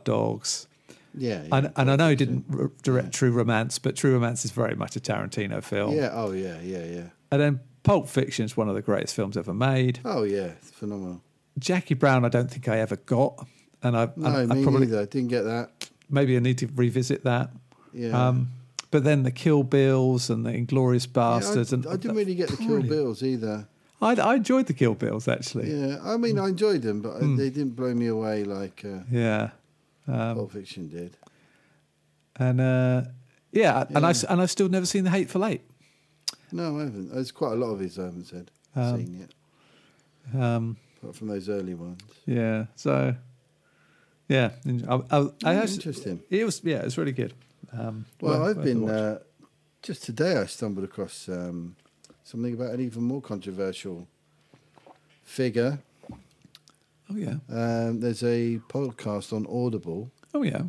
Speaker 2: Yeah.
Speaker 4: Dogs.
Speaker 2: Yeah.
Speaker 4: And, and I know he didn't r direct True Romance, but True Romance is very much a Tarantino film.
Speaker 2: yeah. Oh yeah. Yeah. Yeah.
Speaker 4: And then Pulp Fiction is one of the greatest films ever made.
Speaker 2: Oh yeah. It's phenomenal.
Speaker 4: Jackie Brown, I don't think I ever got, and I,
Speaker 2: No,
Speaker 4: and I
Speaker 2: me
Speaker 4: probably
Speaker 2: neither. Didn't get that.
Speaker 4: maybe I need to revisit that.
Speaker 2: Yeah.
Speaker 4: Um, but then the Kill Bills and the Inglorious
Speaker 2: Yeah, I-
Speaker 4: Bastards, and
Speaker 2: I, didn't really get the Kill
Speaker 4: Brilliant.
Speaker 2: Bills either.
Speaker 4: I, I enjoyed the Kill Bills actually.
Speaker 2: Yeah, I mean, I enjoyed them, but I
Speaker 4: Hmm.
Speaker 2: they didn't blow me away like uh,
Speaker 4: Yeah, Um,
Speaker 2: Pulp Fiction did.
Speaker 4: and uh, yeah, and I s- and I've still never seen the Hateful Eight.
Speaker 2: No, I haven't. There's quite a lot of his I haven't said seen yet,
Speaker 4: Um,
Speaker 2: apart from those early ones.
Speaker 4: yeah, so yeah, and I, I, I
Speaker 2: Yeah,
Speaker 4: actually-
Speaker 2: Oh, interesting.
Speaker 4: It was yeah, it was really good. Um,
Speaker 2: Well,
Speaker 4: worth-
Speaker 2: I've
Speaker 4: worth a
Speaker 2: been
Speaker 4: watch.
Speaker 2: uh, just today. I stumbled across um, something about an even more controversial figure.
Speaker 4: oh yeah,
Speaker 2: Um, there's a podcast on Audible,
Speaker 4: oh yeah,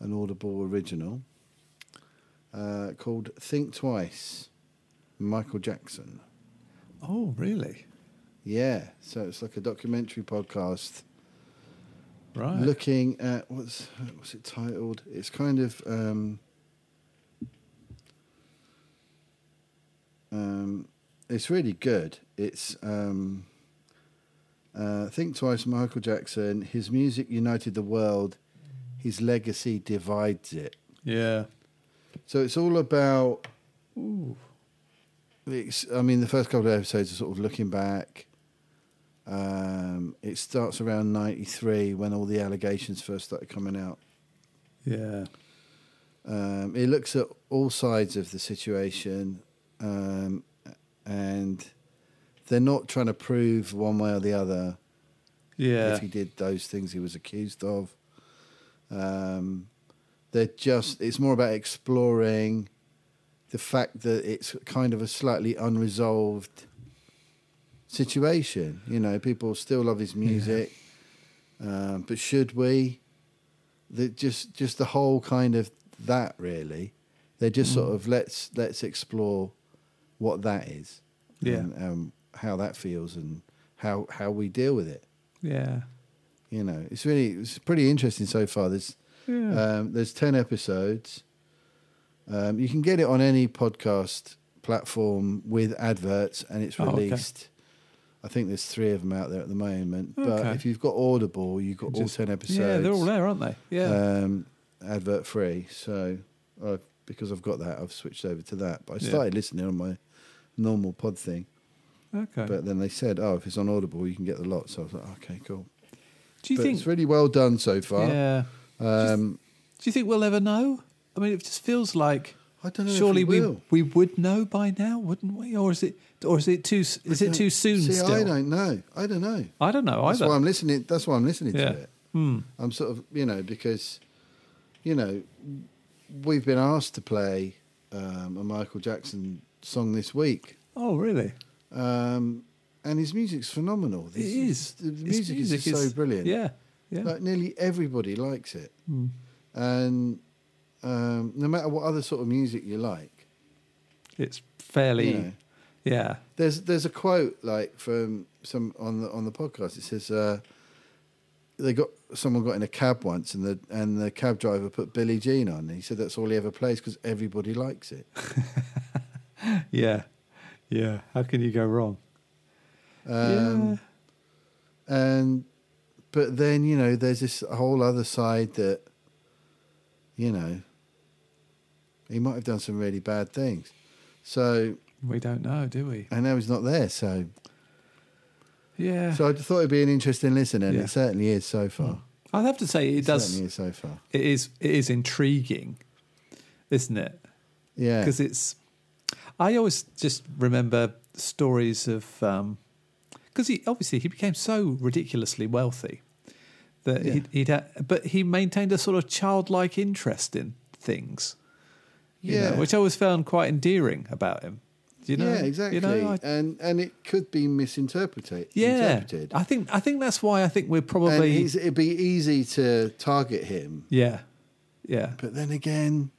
Speaker 2: an Audible original, uh, called "Think Twice," Michael Jackson.
Speaker 4: oh really,
Speaker 2: Yeah, so it's like a documentary podcast
Speaker 4: right,
Speaker 2: looking at what's what's it titled? It's kind of um, um, it's really good. It's um, Uh, Think Twice, Michael Jackson. His music united the world. His legacy divides it.
Speaker 4: Yeah.
Speaker 2: So it's all about. It's, I mean, the first couple of episodes are sort of looking back. Um, it starts around '93 when all the allegations first started coming out.
Speaker 4: Yeah.
Speaker 2: Um, it looks at all sides of the situation, um, and they're not trying to prove one way or the other
Speaker 4: Yeah.
Speaker 2: if he did those things he was accused of. Um, they're just, it's more about exploring the fact that it's kind of a slightly unresolved situation. You know, people still love his music, um, but should we? The, just, just the whole kind of that really. They're just
Speaker 4: Mm.
Speaker 2: sort of let's let's explore what that is,
Speaker 4: Yeah.
Speaker 2: and um, how that feels, and how how we deal with it
Speaker 4: Yeah.
Speaker 2: you know it's really it's pretty interesting so far there's
Speaker 4: Yeah.
Speaker 2: um, there's 10 episodes um, you can get it on any podcast platform with adverts and it's
Speaker 4: Oh, okay.
Speaker 2: released i think there's three of them out there at the moment but
Speaker 4: Okay.
Speaker 2: if you've got audible you've got
Speaker 4: Just-
Speaker 2: all 10 episodes
Speaker 4: yeah, they're all there, aren't they? Yeah.
Speaker 2: um, advert free so I, because i've got that i've switched over to that but i
Speaker 4: Yeah.
Speaker 2: started listening on my normal pod thing
Speaker 4: okay.
Speaker 2: Uh, but then they said oh if it's on audible you can get the lot so i was like okay cool
Speaker 4: do you
Speaker 2: but
Speaker 4: think?
Speaker 2: it's really well done so far
Speaker 4: yeah.
Speaker 2: um,
Speaker 4: Do you think we'll ever know? I mean, it just feels like
Speaker 2: I don't know.
Speaker 4: surely
Speaker 2: if we,
Speaker 4: we,
Speaker 2: will.
Speaker 4: we would know by now, wouldn't we? Or is it or is it too s- is it too soon?
Speaker 2: See,
Speaker 4: still,
Speaker 2: I don't know. I don't know.
Speaker 4: I don't know
Speaker 2: That's
Speaker 4: either. Hmm.
Speaker 2: why I'm listening. That's why I'm listening
Speaker 4: Yeah.
Speaker 2: to it. I'm sort of, you know, because, you know, we've been asked to play um, a Michael Jackson song this week,
Speaker 4: oh, really?
Speaker 2: um, and his music's phenomenal.
Speaker 4: It
Speaker 2: This-
Speaker 4: is.
Speaker 2: The
Speaker 4: His
Speaker 2: music, is, just so brilliant.
Speaker 4: Yeah. Yeah. Hmm.
Speaker 2: Like nearly everybody likes it, and um, no matter what other sort of music you like,
Speaker 4: it's fairly.
Speaker 2: you know.
Speaker 4: Yeah.
Speaker 2: There's there's a quote like from some on the on the podcast. It says uh, they got someone got in a cab once, and the and the cab driver put Billie Jean on. And he said that's all he ever plays because everybody likes it.
Speaker 4: Yeah. Yeah. How can you go wrong?
Speaker 2: Um, And but then you know there's this whole other side that you know he might have done some really bad things. So
Speaker 4: yeah. We don't know, do we?
Speaker 2: and now he's not there. So
Speaker 4: Yeah.
Speaker 2: so I thought it'd be an interesting listen, and
Speaker 4: Yeah.
Speaker 2: it certainly is so far.
Speaker 4: I'd have to say it does.
Speaker 2: certainly is so far.
Speaker 4: It is. It is intriguing, isn't it?
Speaker 2: Yeah.
Speaker 4: because it's i always just remember stories of because he obviously he became so ridiculously wealthy that
Speaker 2: Yeah.
Speaker 4: he'd, he'd ha- but he maintained a sort of childlike interest in things you know,
Speaker 2: Yeah.
Speaker 4: which i always found quite endearing about him Do you know
Speaker 2: yeah, exactly.
Speaker 4: you know, I-
Speaker 2: and and it could be misinterpreted.
Speaker 4: yeah
Speaker 2: interpreted.
Speaker 4: i think i think that's why i think we're
Speaker 2: and
Speaker 4: probably
Speaker 2: he's, it'd be easy to target him,
Speaker 4: yeah yeah
Speaker 2: but then again,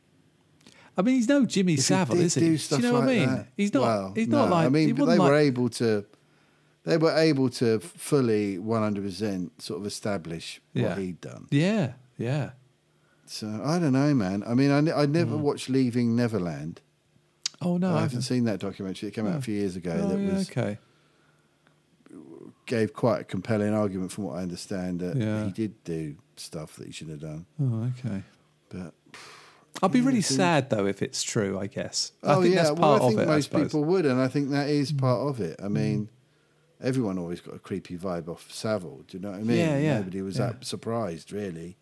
Speaker 4: i mean he's no jimmy
Speaker 2: if
Speaker 4: savile
Speaker 2: he did
Speaker 4: is he
Speaker 2: do
Speaker 4: Do
Speaker 2: stuff
Speaker 4: you know
Speaker 2: like
Speaker 4: what i mean
Speaker 2: that-
Speaker 4: he's not
Speaker 2: well,
Speaker 4: he's not
Speaker 2: no,
Speaker 4: like
Speaker 2: I mean,
Speaker 4: he
Speaker 2: but
Speaker 4: wasn't
Speaker 2: they were
Speaker 4: like-
Speaker 2: able to. They were able to fully 100% sort of establish what
Speaker 4: Yeah.
Speaker 2: he'd done.
Speaker 4: yeah yeah
Speaker 2: So I don't know, man. I mean, I, ne- I never watched Leaving Neverland.
Speaker 4: oh Mm. no
Speaker 2: I
Speaker 4: I
Speaker 2: haven't
Speaker 4: haven't-
Speaker 2: seen that documentary. It came out a few years ago.
Speaker 4: Oh,
Speaker 2: that
Speaker 4: yeah,
Speaker 2: was
Speaker 4: okay.
Speaker 2: gave quite a compelling argument, from what I understand, that
Speaker 4: Yeah.
Speaker 2: he did do stuff that he shouldn't have done.
Speaker 4: Oh, okay.
Speaker 2: But
Speaker 4: I'll be
Speaker 2: Yeah,
Speaker 4: really
Speaker 2: I think-
Speaker 4: sad though if it's true. I guess. I think that's part
Speaker 2: oh, well, I
Speaker 4: of
Speaker 2: think
Speaker 4: it. I
Speaker 2: most
Speaker 4: suppose. Mm.
Speaker 2: people would, and I think that is part of it. I mean, everyone always got a creepy vibe off Savile. Do you know what I mean?
Speaker 4: Yeah, yeah,
Speaker 2: Nobody was
Speaker 4: yeah.
Speaker 2: that surprised, really.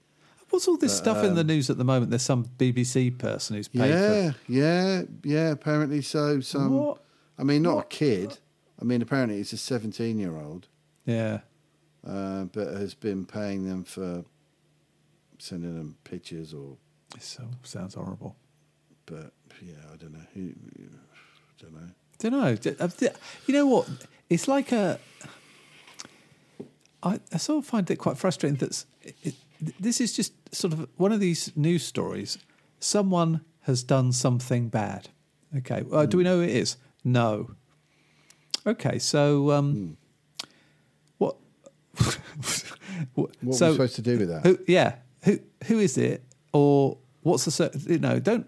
Speaker 4: What's all this stuff in the news at the moment? There's some BBC person who's paid
Speaker 2: um, Yeah, um, yeah, yeah. Apparently, so
Speaker 4: for
Speaker 2: some.
Speaker 4: what?
Speaker 2: I mean, not a kid. I mean, apparently, it's a seventeen-year-old,
Speaker 4: Yeah.
Speaker 2: uh, but has been paying them for sending them pictures or.
Speaker 4: So sounds horrible.
Speaker 2: But yeah, I don't know. Who, I don't know.
Speaker 4: Don't know. uh, You know what? It's like a. I, I sort of find it quite frustrating that s- it, this is just sort of one of these news stories. Someone has done something bad. Okay. Uh,
Speaker 2: Hmm.
Speaker 4: Do we know who it is? No. Okay. So
Speaker 2: Hmm.
Speaker 4: um, what? <laughs> what
Speaker 2: What were
Speaker 4: so
Speaker 2: we supposed to do with that?
Speaker 4: who? Yeah. Who? Who is it? Or what's the? cir- You know. Don't.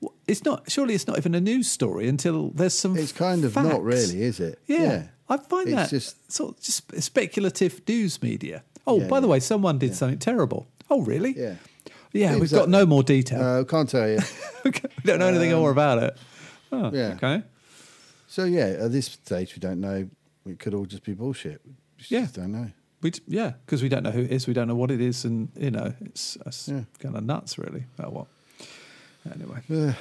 Speaker 4: w- it's not. Surely it's not even a news story until there's some.
Speaker 2: It's kind of not
Speaker 4: facts.
Speaker 2: really, is it?
Speaker 4: Yeah, I find
Speaker 2: It's
Speaker 4: that
Speaker 2: just-
Speaker 4: sort of just speculative news media. Oh,
Speaker 2: Yeah,
Speaker 4: by the
Speaker 2: yeah.
Speaker 4: way, someone did something terrible. Oh, really?
Speaker 2: Yeah.
Speaker 4: Yeah, we've got
Speaker 2: Exactly.
Speaker 4: no more detail.
Speaker 2: Uh, can't tell you.
Speaker 4: Okay, <laughs> we don't know anything more about it. Oh,
Speaker 2: yeah.
Speaker 4: Okay.
Speaker 2: so yeah, at this stage, we don't know. It could all just be bullshit. We just
Speaker 4: Yeah.
Speaker 2: don't know.
Speaker 4: We d- yeah, because we don't know who it is, we don't know what it is, and you know it's, it's
Speaker 2: Yeah.
Speaker 4: kind of nuts, really. About what? Anyway,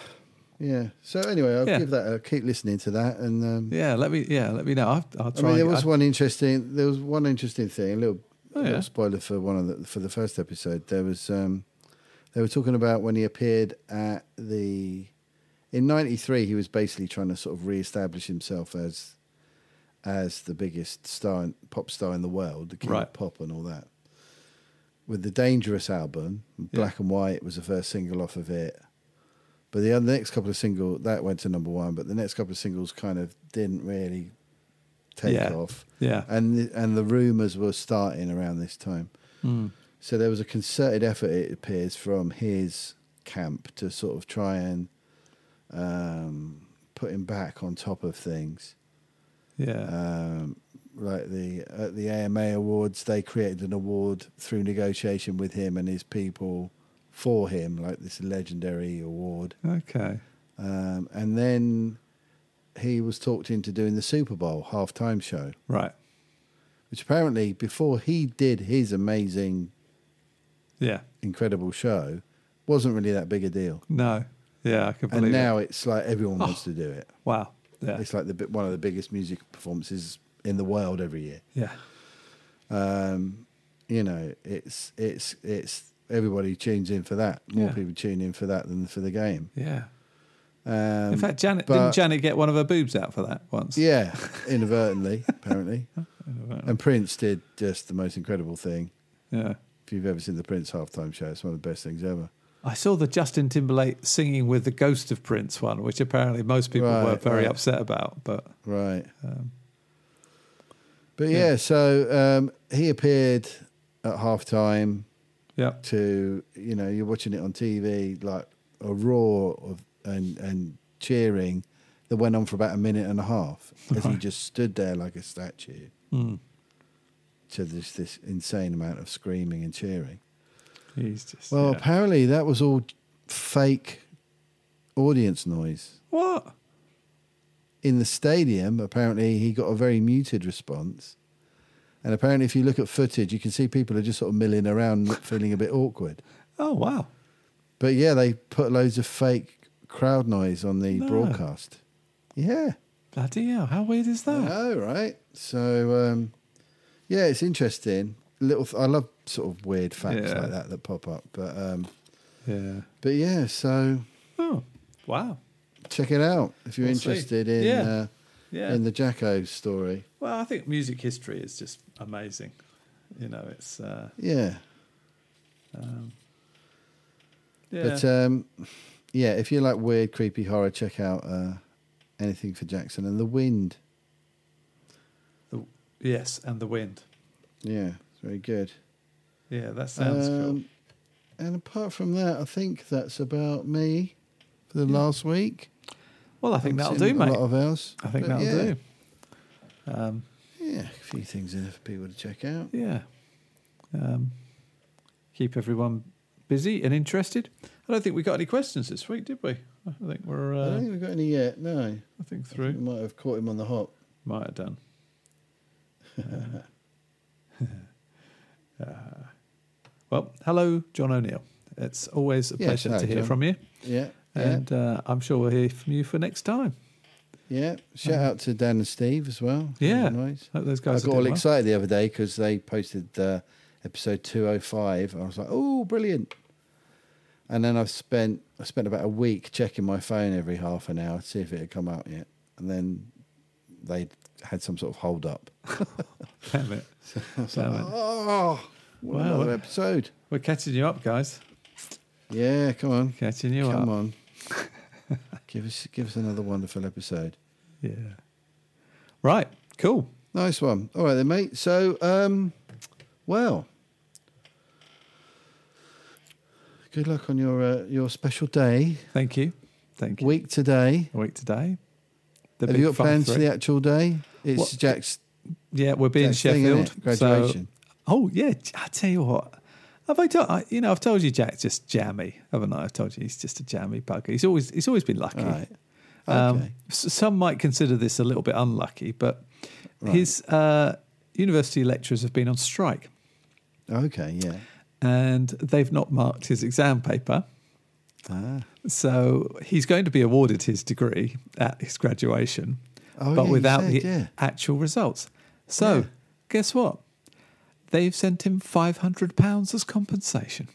Speaker 2: Yeah. So anyway, I'll
Speaker 4: Yeah.
Speaker 2: give that. I'll keep listening to that, and um,
Speaker 4: yeah. Let me yeah, let me know. I'll, I'll
Speaker 2: I
Speaker 4: try.
Speaker 2: mean, there
Speaker 4: and-
Speaker 2: was
Speaker 4: I-
Speaker 2: one interesting. There was one interesting thing. A little,
Speaker 4: Oh,
Speaker 2: a
Speaker 4: yeah.
Speaker 2: little spoiler for one of the for the first episode. There was um, they were talking about when he appeared at the in '93. He was basically trying to sort of re-establish himself as as the biggest star in- pop star in the world, the king
Speaker 4: Right.
Speaker 2: of pop and all that. With the Dangerous album, Black and White was the first single off of it. But the other next couple of single that went to number one, but the next couple of singles kind of didn't really take
Speaker 4: Yeah.
Speaker 2: off.
Speaker 4: Yeah.
Speaker 2: And the, and the rumors were starting around this time.
Speaker 4: Hmm.
Speaker 2: So there was a concerted effort, it appears, from his camp to sort of try and um, put him back on top of things.
Speaker 4: yeah.
Speaker 2: Um, like the at the AMA awards, they created an award through negotiation with him and his people for him, like this legendary award.
Speaker 4: okay.
Speaker 2: Um, and then he was talked into doing the Super Bowl halftime show,
Speaker 4: Right.
Speaker 2: which apparently before he did his amazing,
Speaker 4: Yeah.
Speaker 2: incredible show, wasn't really that big a deal.
Speaker 4: No. Yeah, I can believe
Speaker 2: And
Speaker 4: it.
Speaker 2: now it's like everyone wants to do it.
Speaker 4: Wow. Yeah.
Speaker 2: It's like the bi- one of the biggest music performances in the world every year.
Speaker 4: Yeah.
Speaker 2: Um, you know, it's it's it's everybody tunes in for that. More
Speaker 4: Yeah.
Speaker 2: people tune in for that than for the game.
Speaker 4: Yeah.
Speaker 2: Um,
Speaker 4: In fact, Janet
Speaker 2: but-
Speaker 4: didn't Janet get one of her boobs out for that once?
Speaker 2: Yeah, <laughs> inadvertently,
Speaker 4: <laughs>
Speaker 2: apparently. And Prince did just the most incredible thing.
Speaker 4: Yeah.
Speaker 2: If you've ever seen the Prince halftime show, it's one of the best things ever.
Speaker 4: I saw the Justin Timberlake singing with the Ghost of Prince one, which apparently most people were
Speaker 2: Right,
Speaker 4: very
Speaker 2: right.
Speaker 4: upset about. But
Speaker 2: Right. but yeah, so um, he appeared at halftime
Speaker 4: yeah,
Speaker 2: to, you know, you're watching it on TV, like a roar of and, and cheering that went on for about a minute and a half as he just stood there like a statue to this, this insane amount of screaming and cheering.
Speaker 4: he's just
Speaker 2: Well,
Speaker 4: yeah.
Speaker 2: apparently that was all fake audience noise
Speaker 4: what?
Speaker 2: in the stadium. Apparently, he got a very muted response, and apparently, if you look at footage, you can see people are just sort of milling around, <laughs> look- feeling a bit awkward.
Speaker 4: Oh wow.
Speaker 2: But yeah, they put loads of fake crowd noise on the
Speaker 4: No.
Speaker 2: broadcast. Yeah.
Speaker 4: Bloody hell, how weird is
Speaker 2: I
Speaker 4: that?
Speaker 2: know, right? So, um, yeah, it's interesting. Little, I love sort of weird facts
Speaker 4: Yeah.
Speaker 2: like that that pop up. But, um,
Speaker 4: Yeah.
Speaker 2: but yeah, so
Speaker 4: Oh, wow.
Speaker 2: check it out if you're
Speaker 4: We'll see.
Speaker 2: interested in
Speaker 4: Yeah.
Speaker 2: uh,
Speaker 4: Yeah.
Speaker 2: in the Jacko story.
Speaker 4: well, I think music history is just amazing. You know, it's uh,
Speaker 2: Yeah,
Speaker 4: yeah.
Speaker 2: but um, yeah, if you like weird, creepy horror, check out uh, anything for Jackson and the Wind.
Speaker 4: the, yes, and the wind.
Speaker 2: Yeah, it's very good.
Speaker 4: Yeah, that sounds cool.
Speaker 2: Um, And apart from that, I think that's about me for the last week.
Speaker 4: Well, I think that'll
Speaker 2: Seen
Speaker 4: do, mate.
Speaker 2: A lot of else.
Speaker 4: I think
Speaker 2: But
Speaker 4: that'll
Speaker 2: yeah,
Speaker 4: do. Um,
Speaker 2: Yeah, a few things in there for people to check out.
Speaker 4: yeah. Um, keep everyone busy and interested. I don't think we got any questions this week, did we? I think we're.
Speaker 2: I
Speaker 4: Uh,
Speaker 2: don't think we've got any yet. No,
Speaker 4: I think
Speaker 2: we
Speaker 4: through.
Speaker 2: might have caught him on the hop.
Speaker 4: Might
Speaker 2: <laughs>
Speaker 4: have done. Uh, uh, well, hello, John O'Neill. It's always a
Speaker 2: Yes,
Speaker 4: pleasure
Speaker 2: hello,
Speaker 4: to hear
Speaker 2: John.
Speaker 4: from you,
Speaker 2: Yeah, yeah,
Speaker 4: and uh, I'm sure we'll hear from you for next time.
Speaker 2: yeah. Shout out to Dan and Steve as well.
Speaker 4: uh-huh. Yeah,
Speaker 2: Nice.
Speaker 4: hope those
Speaker 2: I
Speaker 4: guys.
Speaker 2: got
Speaker 4: are
Speaker 2: all
Speaker 4: doing well.
Speaker 2: excited the other day because they posted uh, episode 205. I was like, oh, brilliant. And then I've spent I spent about a week checking my phone every half an hour to see if it had come out yet. And then they had some sort of hold up.
Speaker 4: <laughs>
Speaker 2: <laughs>
Speaker 4: Damn it!
Speaker 2: I was
Speaker 4: Damn
Speaker 2: like,
Speaker 4: it.
Speaker 2: oh, what
Speaker 4: Wow.
Speaker 2: another episode.
Speaker 4: We're catching you up, guys.
Speaker 2: Yeah, come on.
Speaker 4: Catching you up.
Speaker 2: Come on. give us give us another wonderful episode.
Speaker 4: Yeah. Right. Cool.
Speaker 2: Nice one. All right then, mate. So, um, well, good luck on your uh, your special day.
Speaker 4: Thank you. Thank you.
Speaker 2: Week today.
Speaker 4: A week today. The
Speaker 2: Have
Speaker 4: big
Speaker 2: you got
Speaker 4: fun
Speaker 2: plans for
Speaker 4: three.
Speaker 2: the actual day? It's
Speaker 4: What-
Speaker 2: Jack's
Speaker 4: Yeah, we'll be in
Speaker 2: Jack's thing, innit?
Speaker 4: Sheffield. so-
Speaker 2: Graduation.
Speaker 4: oh yeah, I tell you what. Have I told I, you know? I've told you Jack's just jammy, haven't I? I've told you he's just a jammy bugger. He's always he's always been lucky. Um,
Speaker 2: Right. Okay.
Speaker 4: s- some might consider this a little bit unlucky, but his uh, university lecturers have been on strike
Speaker 2: Okay, yeah.
Speaker 4: and they've not marked his exam paper.
Speaker 2: Ah.
Speaker 4: So he's going to be awarded his degree at his graduation,
Speaker 2: Oh,
Speaker 4: but
Speaker 2: yeah, you
Speaker 4: without
Speaker 2: said,
Speaker 4: the
Speaker 2: yeah.
Speaker 4: actual results. So guess what? They've sent him five hundred pounds
Speaker 2: <gasps>
Speaker 4: as compensation.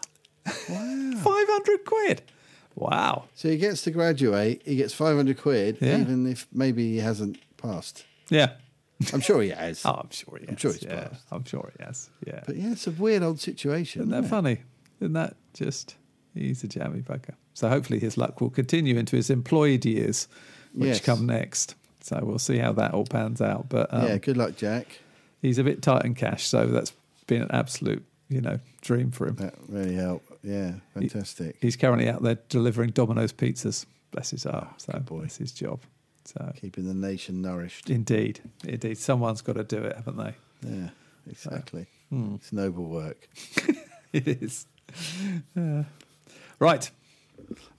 Speaker 4: <laughs> five hundred quid. Wow.
Speaker 2: So he gets to graduate, he gets 500 quid,
Speaker 4: Yeah.
Speaker 2: even if maybe he hasn't passed.
Speaker 4: Yeah.
Speaker 2: I'm sure he has.
Speaker 4: <laughs> Oh, I'm sure he has.
Speaker 2: sure he's
Speaker 4: yeah.
Speaker 2: passed.
Speaker 4: I'm sure he has. Yeah.
Speaker 2: But yeah, it's a weird old situation.
Speaker 4: Isn't
Speaker 2: isn't
Speaker 4: that
Speaker 2: it?
Speaker 4: funny? Isn't that just he's a jammy bugger? So hopefully his luck will continue into his employed years, which
Speaker 2: Yes.
Speaker 4: come next. So we'll see how that all pans out. But um,
Speaker 2: yeah, good luck, Jack.
Speaker 4: he's a bit tight in cash, so that's been an absolute you know dream for him.
Speaker 2: That really helped. Yeah, fantastic.
Speaker 4: He's currently out there delivering Domino's pizzas. Bless his heart. so
Speaker 2: Oh, boy.
Speaker 4: that's his job. So
Speaker 2: Keeping the nation nourished.
Speaker 4: indeed, indeed, someone's got to do it, haven't they? <laughs>
Speaker 2: Yeah, exactly.
Speaker 4: hmm.
Speaker 2: It's noble work.
Speaker 4: It is. Yeah. right.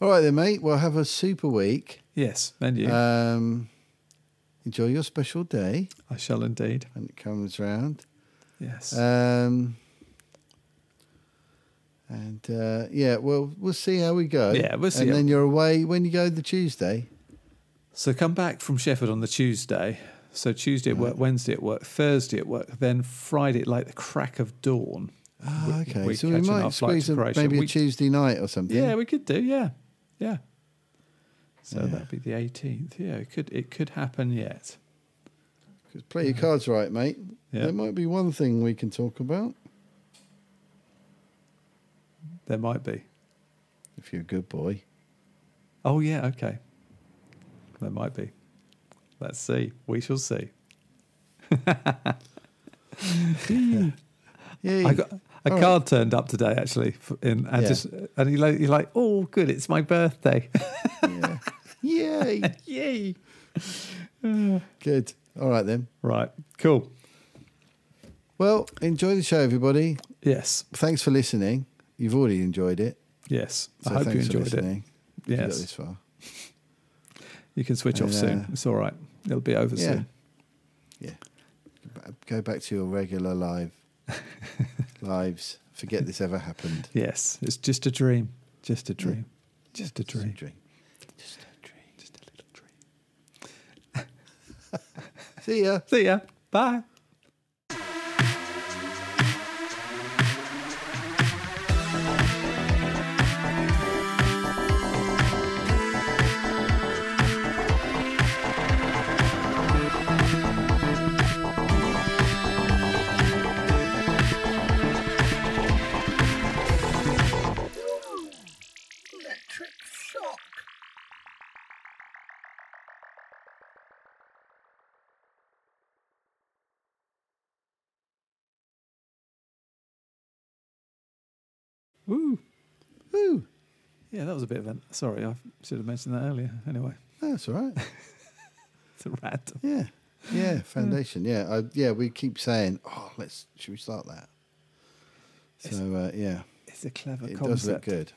Speaker 2: All right, then, mate. We'll have a super week.
Speaker 4: Yes, and you.
Speaker 2: Um, enjoy your special day
Speaker 4: I shall indeed.
Speaker 2: when it comes round.
Speaker 4: Yes.
Speaker 2: Um, and uh, yeah, well, we'll see how we go.
Speaker 4: Yeah, we'll see
Speaker 2: And
Speaker 4: how-
Speaker 2: then you're away when you go the Tuesday.
Speaker 4: So come back from Sheffield on the Tuesday. So Tuesday at
Speaker 2: Mm.
Speaker 4: work, Wednesday at work, Thursday at work, then Friday at like the crack of dawn.
Speaker 2: Oh, okay,
Speaker 4: we're
Speaker 2: so we
Speaker 4: catching
Speaker 2: might
Speaker 4: our flight
Speaker 2: squeeze
Speaker 4: to
Speaker 2: a,
Speaker 4: Croatia.
Speaker 2: maybe
Speaker 4: We-
Speaker 2: a Tuesday night or something.
Speaker 4: Yeah, we could do. Yeah, yeah. So
Speaker 2: Yeah.
Speaker 4: that'd be the 18th. Yeah, it could it could happen yet.
Speaker 2: 'Cause play your cards right, mate.
Speaker 4: Yeah.
Speaker 2: There might be one thing we can talk about
Speaker 4: There might be.
Speaker 2: if you're a good boy.
Speaker 4: Oh yeah, okay. There might be. Let's see. We shall see.
Speaker 2: Yeah,
Speaker 4: I got a
Speaker 2: All right.
Speaker 4: card turned up today actually, f- in, and
Speaker 2: Yeah.
Speaker 4: just and you like, you're like, oh, good, it's my birthday. <laughs>
Speaker 2: yeah. Yay!
Speaker 4: Yay!
Speaker 2: Good. All right then.
Speaker 4: Right. Cool.
Speaker 2: Well, enjoy the show, everybody.
Speaker 4: Yes.
Speaker 2: Thanks for listening. You've already enjoyed it.
Speaker 4: Yes.
Speaker 2: So
Speaker 4: I hope you
Speaker 2: thanks
Speaker 4: enjoyed
Speaker 2: for
Speaker 4: it.
Speaker 2: listening. if You got
Speaker 4: Yes.
Speaker 2: this far.
Speaker 4: You can switch off
Speaker 2: And,
Speaker 4: soon.
Speaker 2: uh,
Speaker 4: It's all right. It'll be over
Speaker 2: Yeah.
Speaker 4: soon.
Speaker 2: Yeah. Go ba- Uh, Go back to your regular
Speaker 4: <laughs>
Speaker 2: live lives. Forget this ever happened.
Speaker 4: Yes. It's just a dream. Just a dream. Just a
Speaker 2: Just a
Speaker 4: dream.
Speaker 2: dream.
Speaker 4: Just a dream. Just a little dream.
Speaker 2: <laughs> See ya.
Speaker 4: See ya. Bye.
Speaker 1: Electric shock.
Speaker 4: Woo.
Speaker 2: Woo.
Speaker 4: Yeah, that was a bit of an. Sorry, I should have mentioned that earlier. Anyway,
Speaker 2: That's all right.
Speaker 4: it's a random.
Speaker 2: Yeah.
Speaker 4: <laughs>
Speaker 2: Yeah. Foundation. Yeah. I, yeah. We keep saying, oh, let's, should we start that? So, uh, yeah.
Speaker 4: It's a clever
Speaker 2: It
Speaker 4: concept.
Speaker 2: does look good.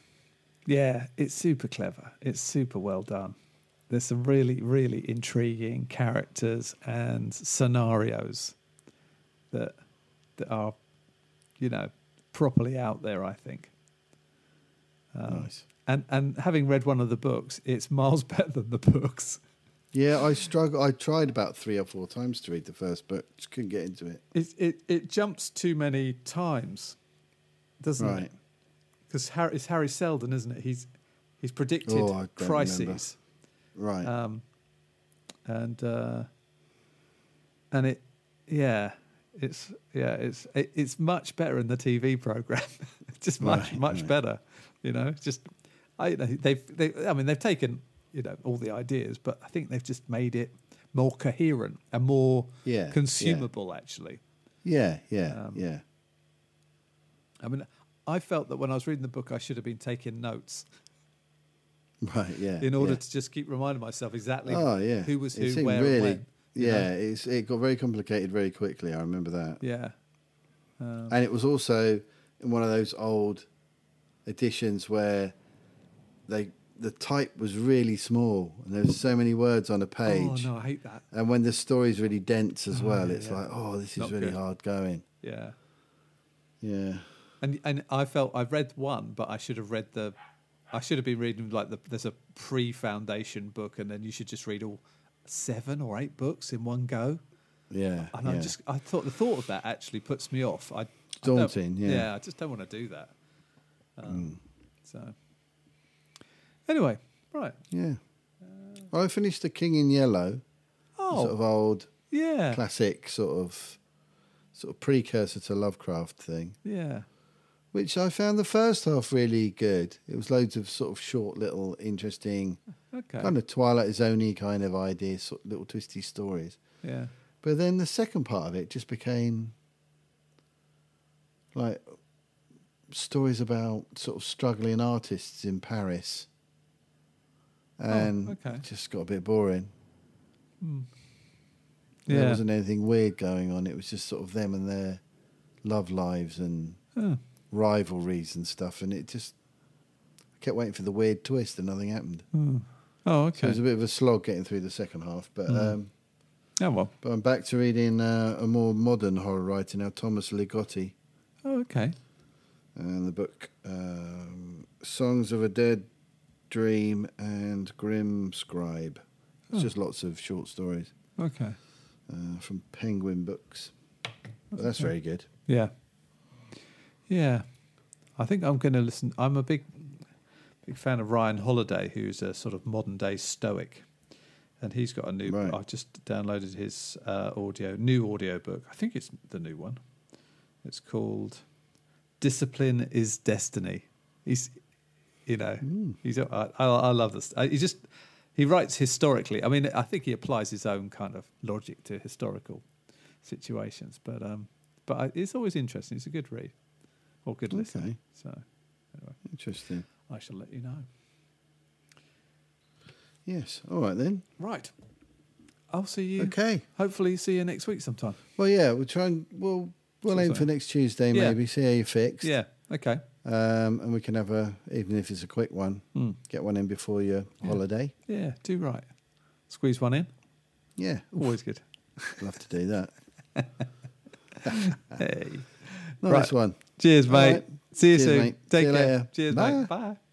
Speaker 4: Yeah, it's super clever. It's super well done. There's some really, really intriguing characters and scenarios that that are, you know, properly out there. I think. Um,
Speaker 2: nice.
Speaker 4: And and having read one of the books, it's miles <laughs> better than the books.
Speaker 2: Yeah. I struggle. I tried about three or four times to read the first book, just couldn't get into it.
Speaker 4: It it, it jumps too many times, doesn't it? 'Cause
Speaker 2: Right.
Speaker 4: it? Because Harry, it's Harry Seldon, isn't it? He's he's
Speaker 2: Oh,
Speaker 4: predicted
Speaker 2: I don't remember.
Speaker 4: crises.
Speaker 2: Right.
Speaker 4: um, and uh, and it yeah it's yeah it's it, it's much better in the TV program <laughs> just much
Speaker 2: Right,
Speaker 4: much
Speaker 2: right.
Speaker 4: better you know just I you know they've they I mean they've taken you know all the ideas but I think they've just made it more coherent and more
Speaker 2: Yeah, yeah.
Speaker 4: consumable actually
Speaker 2: yeah. Yeah.
Speaker 4: um,
Speaker 2: yeah. <laughs> <laughs>
Speaker 4: I mean I felt that when I was reading the book I should have been taking notes
Speaker 2: Right. Yeah.
Speaker 4: in order
Speaker 2: yeah.
Speaker 4: to just keep reminding myself exactly
Speaker 2: Oh yeah.
Speaker 4: who was
Speaker 2: It
Speaker 4: who,
Speaker 2: seemed
Speaker 4: where,
Speaker 2: really,
Speaker 4: and when. you know?
Speaker 2: Yeah. It's it got very complicated very quickly. I remember that.
Speaker 4: Yeah.
Speaker 2: and it was also in one of those old editions where they the type was really small and there was so many words on a page
Speaker 4: Oh no, I hate that.
Speaker 2: and when the story's really dense as well
Speaker 4: yeah,
Speaker 2: it's
Speaker 4: yeah.
Speaker 2: like oh this is
Speaker 4: Not
Speaker 2: really
Speaker 4: good.
Speaker 2: hard going
Speaker 4: Yeah.
Speaker 2: yeah
Speaker 4: And and I felt I've read one, but I should have read the I should have been reading like the there's a pre foundation book and then you should just read all seven or eight books in one go.
Speaker 2: yeah
Speaker 4: And I
Speaker 2: yeah.
Speaker 4: just I thought the thought of that actually puts me off. I I don't-
Speaker 2: Daunting, yeah. Hmm.
Speaker 4: Yeah, I just don't want to do that. Um, So anyway, right.
Speaker 2: yeah i finished the king in yellow
Speaker 4: Oh
Speaker 2: sort of old
Speaker 4: yeah.
Speaker 2: classic sort of sort of precursor to lovecraft thing
Speaker 4: Yeah.
Speaker 2: which i found the first half really good it was loads of sort of short little interesting
Speaker 4: Okay.
Speaker 2: kind of Twilight Zoney kind of ideas, sort of little twisty stories.
Speaker 4: yeah.
Speaker 2: But then the second part of it just became like stories about sort of struggling artists in Paris, and
Speaker 4: Oh, okay.
Speaker 2: it just got a bit boring. There
Speaker 4: Yeah.
Speaker 2: wasn't anything weird going on. It was just sort of them and their love lives and
Speaker 4: Huh.
Speaker 2: rivalries and stuff, and it just. I kept waiting for the weird twist and nothing happened.
Speaker 4: Oh,
Speaker 2: So it
Speaker 4: okay. Hmm.
Speaker 2: was a bit of a slog getting through the second half, but um,
Speaker 4: Oh well.
Speaker 2: But I'm back to reading uh, a more modern horror writer now, Thomas Ligotti,
Speaker 4: Oh, okay.
Speaker 2: and the book um, Songs of a Dead Dream and Grim Scribe. It's just lots of short stories
Speaker 4: Okay.
Speaker 2: uh, from Penguin Books. But that's very good.
Speaker 4: Yeah. Yeah. I think I'm going to listen. I'm a big, big fan of Ryan Holiday, who's a sort of modern day stoic. And he's got a new,
Speaker 2: Right.
Speaker 4: I've just downloaded his uh, audio, new audio book. I think it's the new one. It's called Discipline is Destiny. He's, you know,
Speaker 2: Mm.
Speaker 4: he's, I, I, I love this. I- He just, he writes historically. I mean, I think he applies his own kind of logic to historical situations. But um, but I, it's always interesting. It's a good read or good
Speaker 2: Okay.
Speaker 4: listen. So anyway,
Speaker 2: Interesting.
Speaker 4: I shall let you know.
Speaker 2: Yes. All right then.
Speaker 4: Right, I'll see you.
Speaker 2: Okay.
Speaker 4: Hopefully, see you next week sometime.
Speaker 2: Well, yeah, we'll try and we'll we'll
Speaker 4: Sure
Speaker 2: aim
Speaker 4: thing.
Speaker 2: for next Tuesday
Speaker 4: Yeah.
Speaker 2: maybe. See how you fixed.
Speaker 4: Yeah. Okay.
Speaker 2: Um, and we can have a even if it's a quick one,
Speaker 4: Hmm.
Speaker 2: get one in before your holiday.
Speaker 4: Yeah. Do right. Squeeze one in.
Speaker 2: Yeah,
Speaker 4: Always
Speaker 2: <laughs>
Speaker 4: good.
Speaker 2: love to do <laughs> that.
Speaker 4: Hey.
Speaker 2: Nice
Speaker 4: Right.
Speaker 2: one.
Speaker 4: Cheers,
Speaker 2: All
Speaker 4: mate.
Speaker 2: right.
Speaker 4: See you
Speaker 2: Cheers,
Speaker 4: soon.
Speaker 2: mate.
Speaker 4: Take
Speaker 2: See you
Speaker 4: care.
Speaker 2: later.
Speaker 4: Cheers,
Speaker 2: Bye.
Speaker 4: mate. Bye.